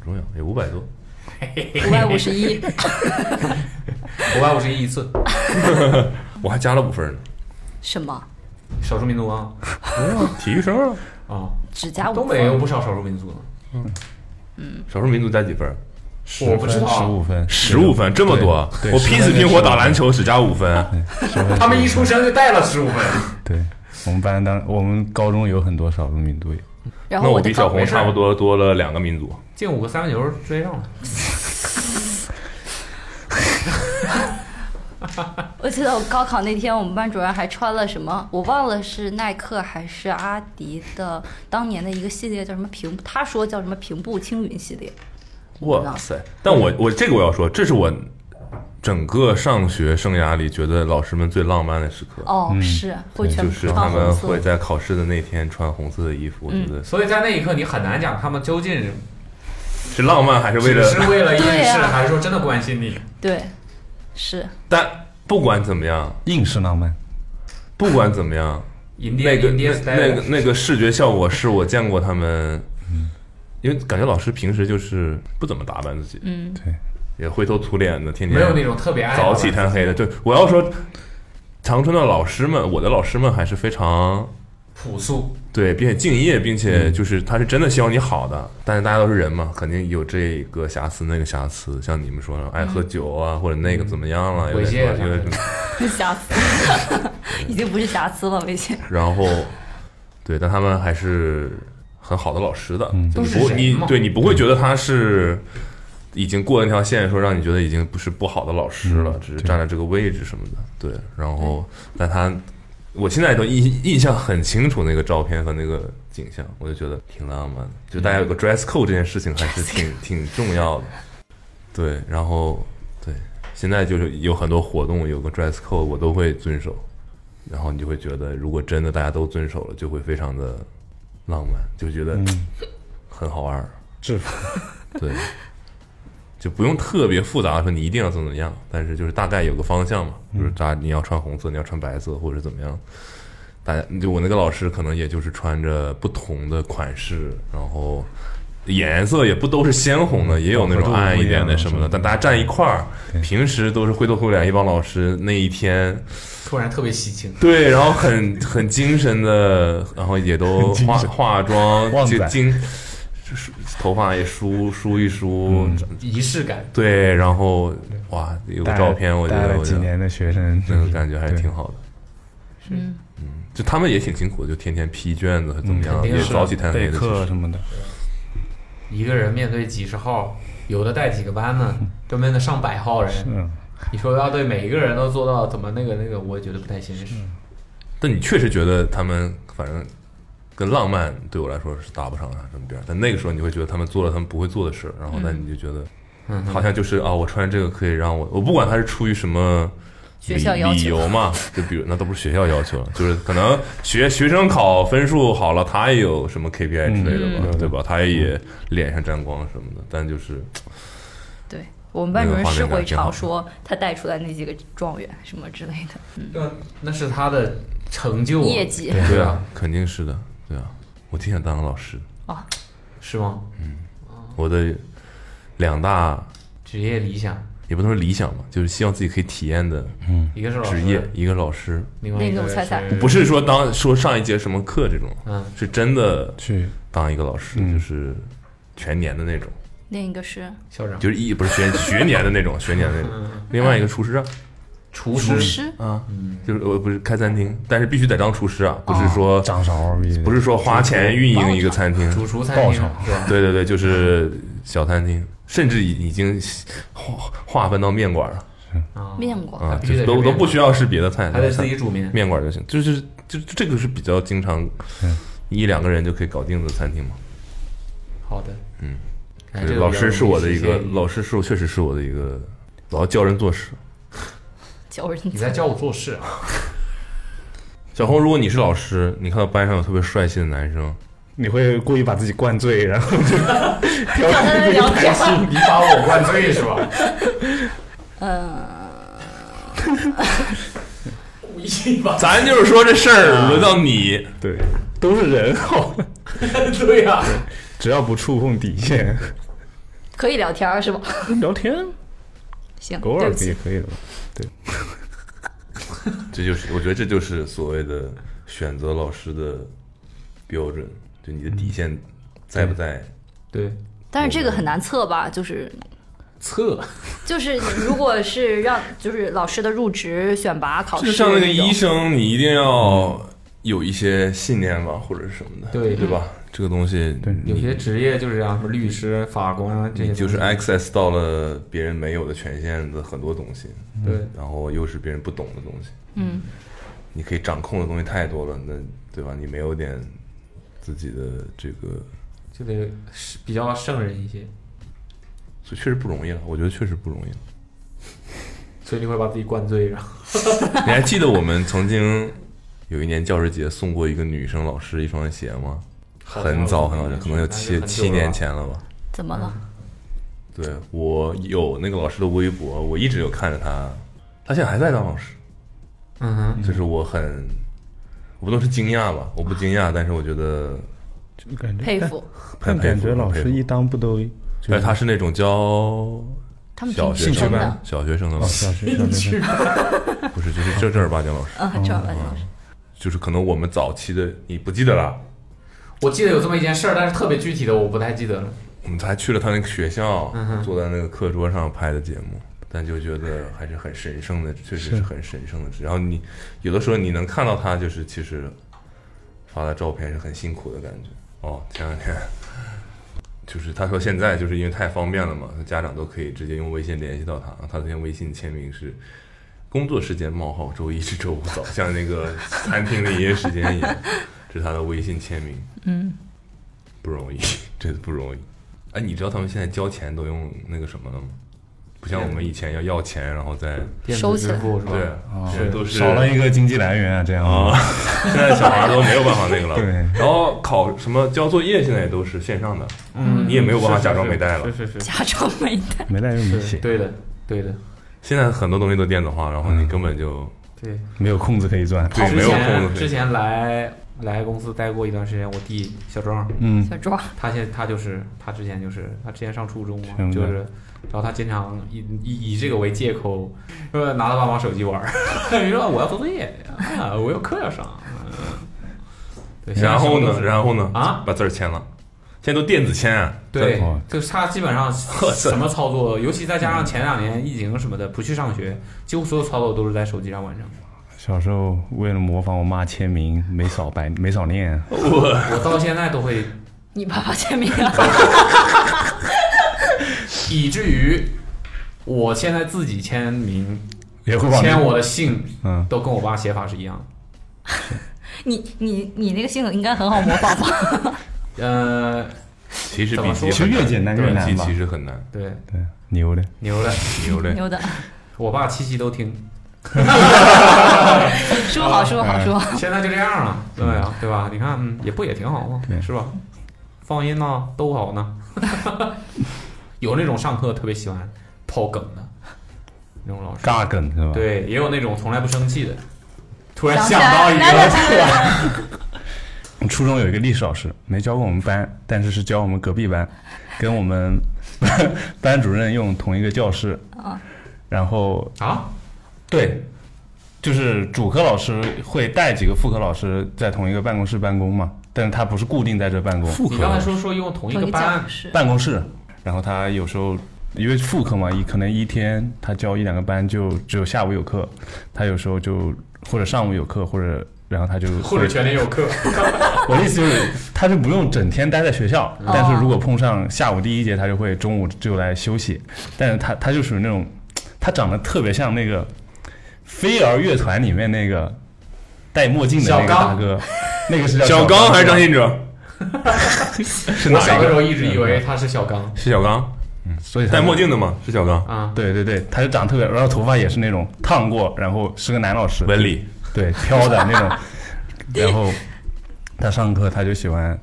不重要，有五百多。
五百五十一，
五百五十一一次，
我还加了五分呢。
什么？
少数民族啊
体育生啊，
啊，
只加五
东北有
分。
不少少数民族呢。
少数民族加几分？
我不知道啊
十五分，
十五分，这么多啊！
对
我
十
拼死
分
拼活打篮
球。
球只加五分，
他们一出生就带了十五分，
对，我们班当我们高中有很多少数民族，
然
那
后
我
的
比小
高，
红差不多多了两个民族。
进五个三分球追上了。
我记得我高考那天，我们班主任还穿了什么，我忘了是耐克还是阿迪的当年的一个系列，叫什么平，他说叫什么平步青云系列。
哇塞！但我我这个我要说，这是我整个上学生涯里觉得老师们最浪漫的时刻，
哦，是会
嗯
全
就是他
穿
们
红
会
色。嗯
在考试的那天穿红色的衣服，我觉得
所以在那一刻，你很难讲他们究竟
是浪漫还是为
只
了
是为了一件事，
对啊
还是说真的关心你？
对，是
但不管怎么样，
硬是浪漫。
不管怎 么样，
银
那
爹
个
银爹
那
style，
那个那个视觉效果是我见过他们，
嗯
因为感觉老师平时就是不怎么打扮自己，
嗯，
也灰头土脸的，天天
没有那种特别爱
早起贪黑的。对，我要说，长春的老师们，我的老师们还是非常
朴素，
对，并且敬业，并且
嗯
就是他是真的希望你好的，但是大家都是人嘛，肯定有这个瑕疵那个瑕疵，像你们说的爱喝酒啊，或者那个怎么样了，
嗯
有
猥亵
点
啥
有
的
点什么。
瑕疵，已经不是瑕疵了，危险。
然后，对，但他们还是很好的老师的，
都
就你
是
不
人
你
嘛
对你不会觉得他是已经过了那条线，说让你觉得已经不是不好的老师了，只是站在这个位置什么的。对，然后，但他我现在都印印象很清楚那个照片和那个景象，我就觉得挺浪漫的。就大家有个 dress code 这件事情还是挺挺重要的。对，然后对，现在就是有很多活动有个 dress code，我都会遵守。然后你就会觉得，如果真的大家都遵守了，就会非常的浪漫，就觉
嗯
得很好玩儿。
制服
对，就不用特别复杂地说你一定要怎么怎么样，但是就是大概有个方向嘛，就是大你要穿红色，你要穿白色，或者怎么样。大家就我那个老师可能也就是穿着不同的款式，然后颜色也不都是鲜红的，也有那种暗一点的什么的，但大家站一块儿，平时都是灰头土脸一帮老师，那一天
突然特别喜庆。
对，然后很很精神的，然后也都
精
化
神
化妆，
旺
就
仔
精，梳头发也梳梳一梳，
仪式感，
对，然后哇，有个照片，我觉
带
得
了
我觉
几
得
年的学生，
那个感觉还是
对
挺好的。
嗯
就他们也挺辛苦的，就天天批卷子怎么
嗯
样，
肯定
也
是
早起贪黑
备
的。
课
其实
什么的，
一个人面对几十号，有的带几个班 呢，都面对上百号人。
嗯，
你说要对每一个人都做到怎么那个那个，我也觉得不太现实。
但你确实觉得他们反正跟浪漫对我来说是搭不上啊什么边儿。但那个时候你会觉得他们做了他们不会做的事儿，然后但你就觉得
嗯，
好像就是啊，我穿这个可以让我，我不管他是出于什么
学校要求
理理由嘛， 就比如那都不是学校要求了，就是可能学 学生考分数好了，他也有什么
嗯
KPI 之类的吧，
嗯
对吧？他也脸上沾光什么的，但就是
对，我们班主任
那个画
师
面感
回
挺好
朝说他带出来那几个状元什么之类的，
那是他的成就啊
业绩
对啊，肯定是的，对啊，我挺想当个老师的，
是吗？
我的两大
职业理想，
也不能说理想吧，就是希望自己可以体验的
一个是老师嗯
职业，一个老师，
另外一
那
个
种菜菜
是
不是说当说上一节什么课这种，
嗯
是真的
去
当一个老师，
嗯
就是全年的那种，
另一个是
校长，
就是一不是学学年的 那种，学年的那种。
嗯，
另外一个厨师啊，
厨
厨
师，
师，
啊，就是我不是开餐厅，但是必须得当厨师啊，不是说
掌勺，
不
是
是说花钱运营一个餐厅，
主厨餐
爆
厅
炒
是吧？
对对对，就是小餐厅，甚至已已经划划分到面馆了
啊，
面馆，
啊，
必
就
须得是
是都
面
都
馆
不需要是别的菜，
还得
就是
自己煮面，
面馆就行，就是就就这个是比较经常
嗯
一两个人就可以搞定的餐厅嘛。
好的，
嗯
哎，
就是
这个
老
比较
师是我的
容易
一个
实现
老师是我确实是我的一个老要教人做事。
教人
你在教我做事啊？
小红，如果你是老师，你看到班上有特别帅气的男生，
你会故意把自己灌醉，然后就挑
挑战聊天
排戏
你把我灌醉是 吧？
咱就是说这事儿轮到你，
对，都是人，好，
对
啊
呀、
只要不触碰底线，
可以聊天儿是吧？
聊天
行，
偶
对
尔
不
不
起
也可以的吗？
这就是我觉得这就是所谓的选择老师的标准，就你的底线在不在？
对，
但是这个很难测吧？就是
测
就是，如果是让就是老师的入职选拔考
就
试，
像那个医，生，你一定要有一些信念吧，或者是什么的，
对
嗯对吧？这个东西，
对
你
有些职业就是这样，什么律师、法官啊这些
你
东西，
嗯就是哎 access 到了别人没有的权限的很多东西，
对，
然后又是别人不懂的东西，
嗯，
你可以掌控的东西太多了，那对吧？你没有点自己的这个，
就得是比较圣人一些，
所以确实不容易了。我觉得确实不容易了。
所以你会把自己灌醉，然后
你还记得我们曾经有一年教师节送过一个女生老师一双鞋吗？ 很早很早，可能有七七年，前了吧。
怎么了？
对我有那个老师的微博，我一直有看着他，他现在还在当老师，
嗯哼，
就是我很，我不能是惊讶吧，我不惊讶，但是我觉得
就感觉
佩服
很
但
佩
感
服，
觉老
很佩
师
服
一当不都，
但是他是那种教
他们挺
小学
真
生
的
的，小学生的
老
老师，
师老师
不是，就是正正儿八经老师，
啊，正儿
嗯
八经老师，
就是可能我们早期的你不记得了，
我记得有这么一件事儿，但是特别具体的我不太记得了。
我们才去了他那个学校
嗯哼，
坐在那个课桌上拍的节目，但就觉得还是很神圣的，确实是很神圣的。然后你有的时候你能看到他，就是其实发的照片是很辛苦的感觉。哦，前两天就是他说现在就是因为太方便了嘛，他家长都可以直接用微信联系到他。啊他那天微信签名是。工作时间冒号周一至周五早，像那个餐厅的营业时间一样，这是他的微信签名。嗯， 不容易，真的不容易。哎，你知道他们现在交钱都用那个什么了吗？不像我们以前要要钱，然后再
电
收
子
起
支
来
付是吧？
对，现在都是
啊少了一个经济来源啊，这样
啊，现在小孩都没有办法那个了。
对
然后考什么交作业，现在也都是线上的，
嗯
你也没有办法假装没带了。嗯
是是是
家长没带，
没带又没
是是，
写，
对的，对的，
现在很多东西都电子化，然后
嗯
你根本就
对。
没有空子可以钻。
对
之
没有空
前
子
之前来来公司待过一段时间，我弟小庄，
嗯，
小庄
他现他就是他之前就是他之前上初中嘛
明，白
就是，然后他经常以以以这个为借口，说拿他爸妈手机玩儿， 你说我要做作业，啊，我有课要上，嗯对，嗯现在
然后
什么都
呢，
是
然后呢
啊，
把字儿签了，现在都电子签啊。
对
哦，
就是他基本上什么操作，尤其再加上前两年疫情什么的，不去上学，几乎所有操作都是在手机上完成。
小时候为了模仿我妈签名，没少白没少念。啊
我到现在都会，
你爸爸签名啊，
以至于我现在自己签名，
也会往
签我的姓
嗯，
都跟我爸写法是一样的。
你你你那个性格应该很好模仿吧？
呃，
其实
怎
比
么
记
说
其实越简单越
对
难
记
吧
其。实很难。
对，
对，牛的，
牛了，
牛嘞，
牛的，
我爸七夕都听，
说好说
啊
好说好，
现在就这样了，对呀，对吧？你看，嗯，也不也挺好吗？
对
是吧？ 放音呢，都好呢。有那种上课特别喜欢抛梗的那种老师。
尬梗是吧？，
对，也有那种从来不生气的，突然
想
想到一
起来
个
了，
初中有一个历史老师没教过我们班，但是是教我们隔壁班，跟我们 班主任用同一个教室。然后
啊，
对，就是主科老师会带几个副科老师在同一个办公室办公嘛，但是他不是固定在这办公，
复
你
合
刚才说说用
哎
同一
同
个
一
班
教，室，
办公室，然后他有时候因为副科嘛，一可能一天他教一两个班，就只有下午有课，他有时候就或者上午有课，或者然后他就
或者全天有课，
我的意思就是，他就不用整天待在学校，但是如果碰上下午第一节，他就会中午就来休息。但是他他就属于那种，他长得特别像那个飞儿乐团里面那个戴墨镜的那个
小刚
大哥， 那个是叫
小刚还是张信哲？
是
我
哪
小
一
的时
个？
候一直以为他是小刚
是小刚，
所以他
戴墨镜的吗？是小刚，
啊，
对对对，他就长得特别，然后头发也是那种烫过，然后是个男老师，
文理。
对飘的那 种，然后他上课他就喜欢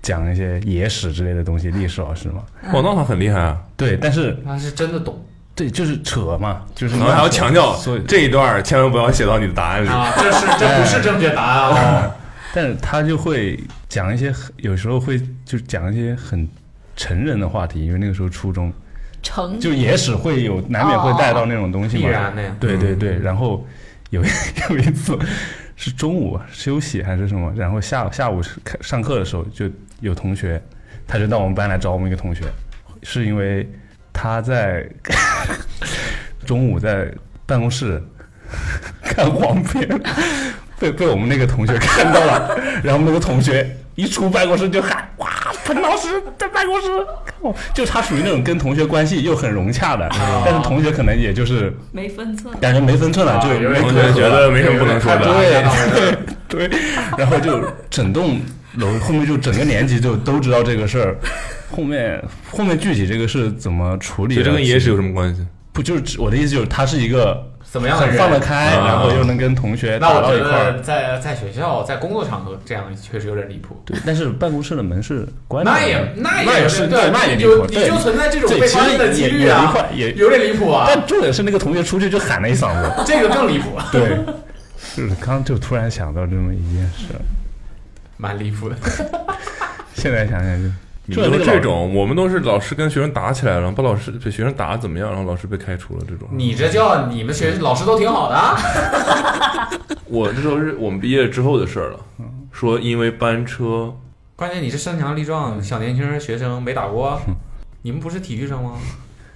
讲一些野史之类的东西，历史老师嘛，
广东话很厉害啊，
对，但是
他是真的懂
对，就是扯嘛，就是
然后还要强调
所以，
这一段千万不要写到你的答案里。
啊，这是这不是正确答案哦。
但是他就会讲一些很，有时候会就讲一些很成人的话题，因为那个时候初中
成
就野史会有，难免会
哦
带到那种东西嘛。
必然的呀
对对对，然后有一 有一次是中午休息还是什么，然后下下午是开上课的时候就有同学，他就到我们班来找我们一个同学，是因为他在 中午在办公室 看黄片，被被我们那个同学看到了， 然后我们那个同学一出办公室就喊哇，彭老师在办公室，看我就他属于那种跟同学关系又很融洽的，但是同学可能也就是
没分寸，
感觉没分寸了，就
啊有
没
点
隔
同
阂
学
了
觉得没什么不能说的，
啊
对对 对，然后就整栋楼后面就整个年级就都知道这个事儿，后面后面具体这个是怎么处理
所
的？
以这跟野史有什么关系？
不就是指我的意思就是他是一个
怎么样的
很
人
放得开，
啊
然后又能跟同学
那
打
我
到
觉
一块
得
儿。
在在学校、在工作场合这样确实有点离谱。
对，但是办公室的门是关的，
那也那
那
也
也是
对，
那也离
就
谱，
你
对
就存在这种
对
被
其
发
实
现的几
也
率
也离
啊
谱，也
有点离谱啊，
但重点是那个同学出去就喊了一嗓 子，
这个更离谱，啊，
对，就是刚就突然想到这么一件事，
蛮离谱的。
现在想想就。
你
就
们
那
都
个
这
老
种，我们都是老师跟学生打起来了，把老师被学生打得怎么样，然后老师被开除了这种。
你这叫你们学老师都挺好的啊，
我这时候是我们毕业之后的事儿了，
嗯
说因为班车
关键你这身强力壮，小年轻学生没打过，你们不是体育生吗？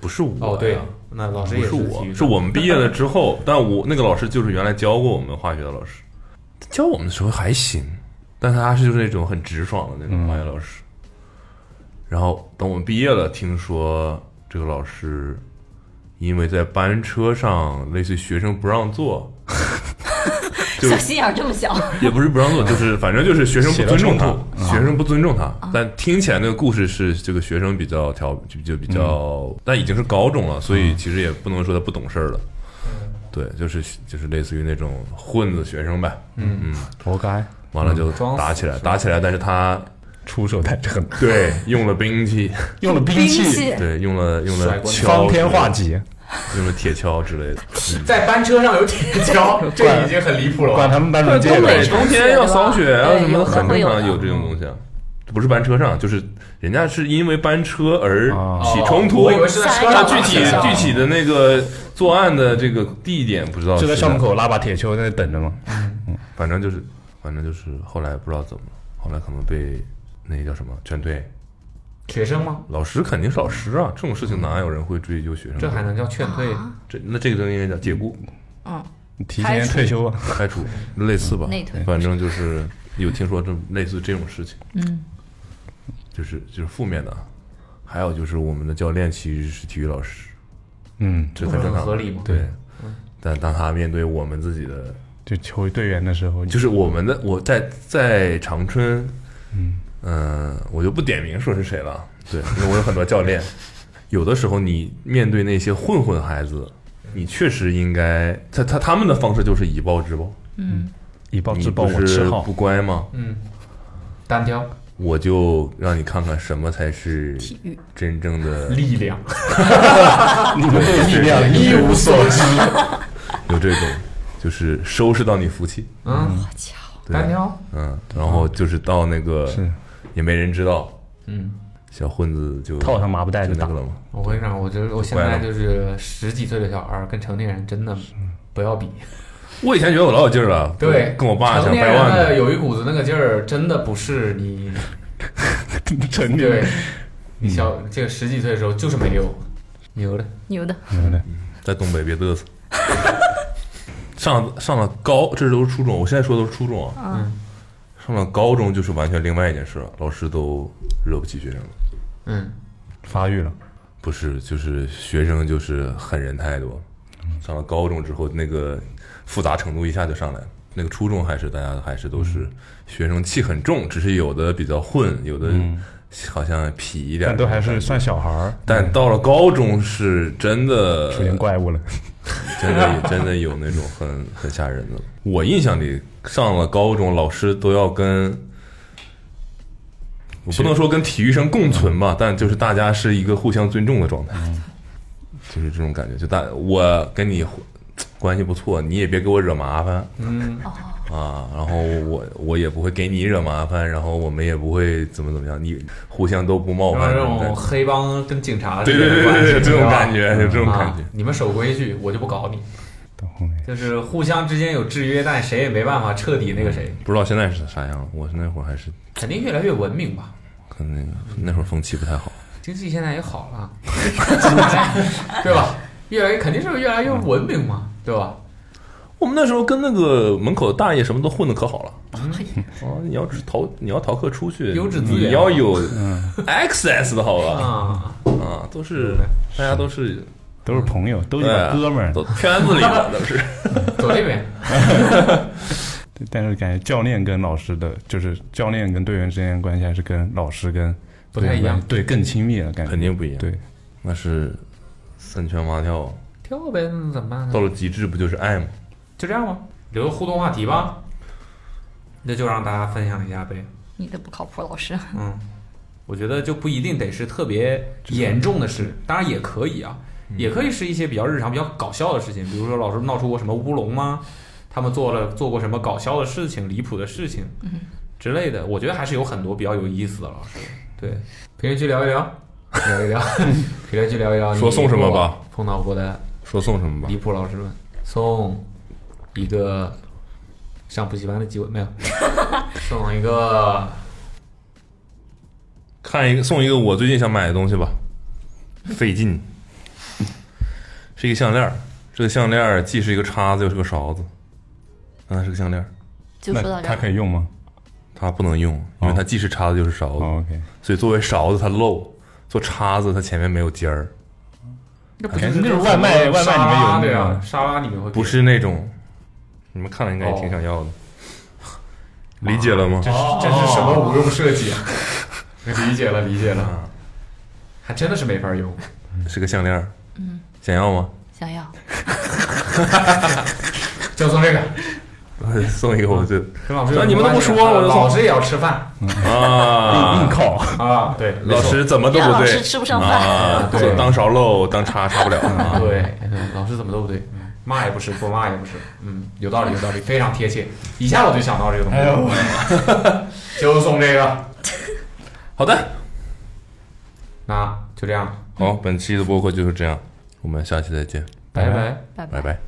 不是我呀，
哦，对，那老师
不
也
是
体育
我，
生
是我们毕业了之后，但我那个老师就是原来教过我们化学的老师，教我们的时候还行，但他是就是那种很直爽的
嗯
那种化学老师。然后等我们毕业了，听说这个老师因为在班车上，类似于学生不让座， 就
小心眼儿这么小，
也不是不让座，就是反正就是学生不尊重
写
他
到中，
学生不尊重他。但听起来那个故事是这个学生比较调，就就比较，但已经是高中了，所以其实也不能说他不懂事儿了。对，就是就是类似于那种混子学生呗。嗯嗯，
活该，
完了就
装死
打起来，打起来，但是他
出手太狠，
对用了兵器，
用了兵
兵
器，
器
对用了用
甩
了
锅
锹
方
之类
天
的，
画戟，
用了铁锹之类的。嗯
在班车上有铁锹，这已经很离谱了
管
吧。
他们班主
对，
任借
东
呗
北。冬天要扫雪啊
对
什么
有的
很正
会有
常，
的
有这种东西啊。不是班车上，就是人家是因为班车而起
哦
冲突。
我以为是在车
那
上
具
打
体
起来了
具体的那个作案的这个地点不知道，
就在校门，口拉把铁锹在那等着嘛。
反正就是反正就是后来不知道怎么了，后来可能被那个叫什么劝退。
学生吗？
老师肯定是老师啊，这种事情哪有人会追究学生的？
这还能叫劝退？
这那这个就应该叫解雇、
提前退休啊，
开除，类似吧？
内推
反正就是有听说这类似这种事情，
嗯，
就是就是负面的啊。还有就是我们的教练其实是体育老师，
嗯，
这
不是
很正
很
常，
合理吗嗯
对，但当他面对我们自己的
就求队员的时候，
就是我们的我在在长春，
嗯
呃我就不点名说是谁了，对，因为我有很多教练， 有的时候你面对那些混混孩子，你确实应该他他他们的方式就是以暴制暴，
嗯，
以暴
你
制暴，
不
我
是
吃好
不。乖吗？
嗯，单挑。
我就让你看看什么才是
体育
真正的
力量，
你 们对力量一无所知。
有这种，就是收拾到你服气，
嗯，
对
单，挑，
嗯，然后就是到那个
是
也没人知道，
嗯，
小混子就
套上麻布袋
就
子
那
打
个了嘛，
我跟你讲，我觉得我现在就是十几岁的小孩儿跟成年人真的不要比，
我以前觉得我老有劲儿了，
对，
跟我爸
成
想
年
掰
人
腕
的
子，
有一股子那个劲儿，真的不是 你
成
嗯
年
对，你小这个十几岁的时候就是没有，牛的，
牛的，
在东北别嘚瑟。 上上了高，这都是初中，我现在说的都是初中啊。
嗯
上了高中就是完全另外一件事了，老师都惹不起学生了。
嗯，
发育了，
不是，就是学生就是狠人太多。上了高中之后，那个复杂程度一下就上来了。那个初中还是大家还是都是学生气很重，只是有的比较混，有的好像痞一点，
但都还是算小孩儿，
但到了高中是真的，
出现怪物了。
真的真的有那种很很吓人的。我印象里上了高中，老师都要跟，我不能说跟体育生共存
嗯
吧，但就是大家是一个互相尊重的状态，就是这种感觉。就大我跟你关系不错，你也别给我惹麻烦，
嗯
啊，然后我我也不会给你惹麻烦，然后我们也不会怎么怎么样，你互相都不冒
然后
犯
这
什么
种
的，
黑帮跟警察之
对
间
对
的
对
关
对
系
对，这种
吧
感觉，就这种感觉
啊。，你们守规矩，我就不搞你，
到后面
就是互相之间有制约，但谁也没办法彻底那个谁，
不知道现在是啥样了，我是那会儿还是
肯定越来越文明吧。
可能那个那会儿风气不太好。
经济现在也好了， 对吧？越来越肯定是越来越文明嘛，对吧？
我们那时候跟那个门口大爷什么都混的可好了。哦，你要是逃，你要逃课出去，
优质资源
你要有 access 的好吧？
啊，
啊，都是大家都是
都是朋友，都是
对
哥们儿
都。圈子里的都是。
走这边，
但是感觉教练跟老师的，就是教练跟队员之间的关系，还是跟老师跟
不太一样
队员关系对，更亲密了，感觉
肯定不一样
对，
那是三圈蛙跳
跳呗，那怎么办呢？
到了极致，不就是爱吗？
就这样吧，留个互动话题吧，那就让大家分享一下呗。
你的不靠谱老师，
嗯，我觉得就不一定嗯得是特别严重的事，当然也可以啊，也可以是一些比较日常、比较搞笑的事情，比如说老师闹出过什么乌龙吗？他们做了做过什么搞笑的事情、离谱的事情之类的，我觉得还是有很多比较有意思的老师。对，评论区聊一聊，聊一 聊，评论区聊一聊，
说送什么吧？
碰到过的
说送什么吧
离？谱老师们，送一个上补习班的机会 没有？送一个
看一个送一个我最近想买的东西吧，费劲，是一个项链儿。这个项链儿既是一个叉子，又是个勺子，但它是个项链儿。
就说
那
到这
他
儿，
可以用吗、
它不能用，
哦
因为它既是叉子又是勺子，
哦、？OK，
所以作为勺子它漏，做叉子它前面没有尖儿，
那不
就是那种外卖外卖里面有那
对
个
啊，沙拉里面会
不是那种，你们看了应该也挺想要的，理解了吗？
哦这是什么无用设计啊？ 理解了，理解了，还真的是没法用。
是个项链，嗯，想要吗？
想要
就送这个，
送一个我就
跟老师有啊
那你们都不说我就送
老师也要吃饭
啊
硬，靠，
啊，对，
老师怎么都不
让老
对
师，吃不上饭，
啊，
对
做当勺漏当叉叉不了 啊，
对，嗯老师怎么都不对，骂也不是，不骂也不是，嗯，有道理，有道理，非常贴切。一下我就想到这个东西， 就送这个，
好的，
那就这样，
好，本期的播客就是这样，我们下期再见，
拜拜。
拜拜
拜。拜。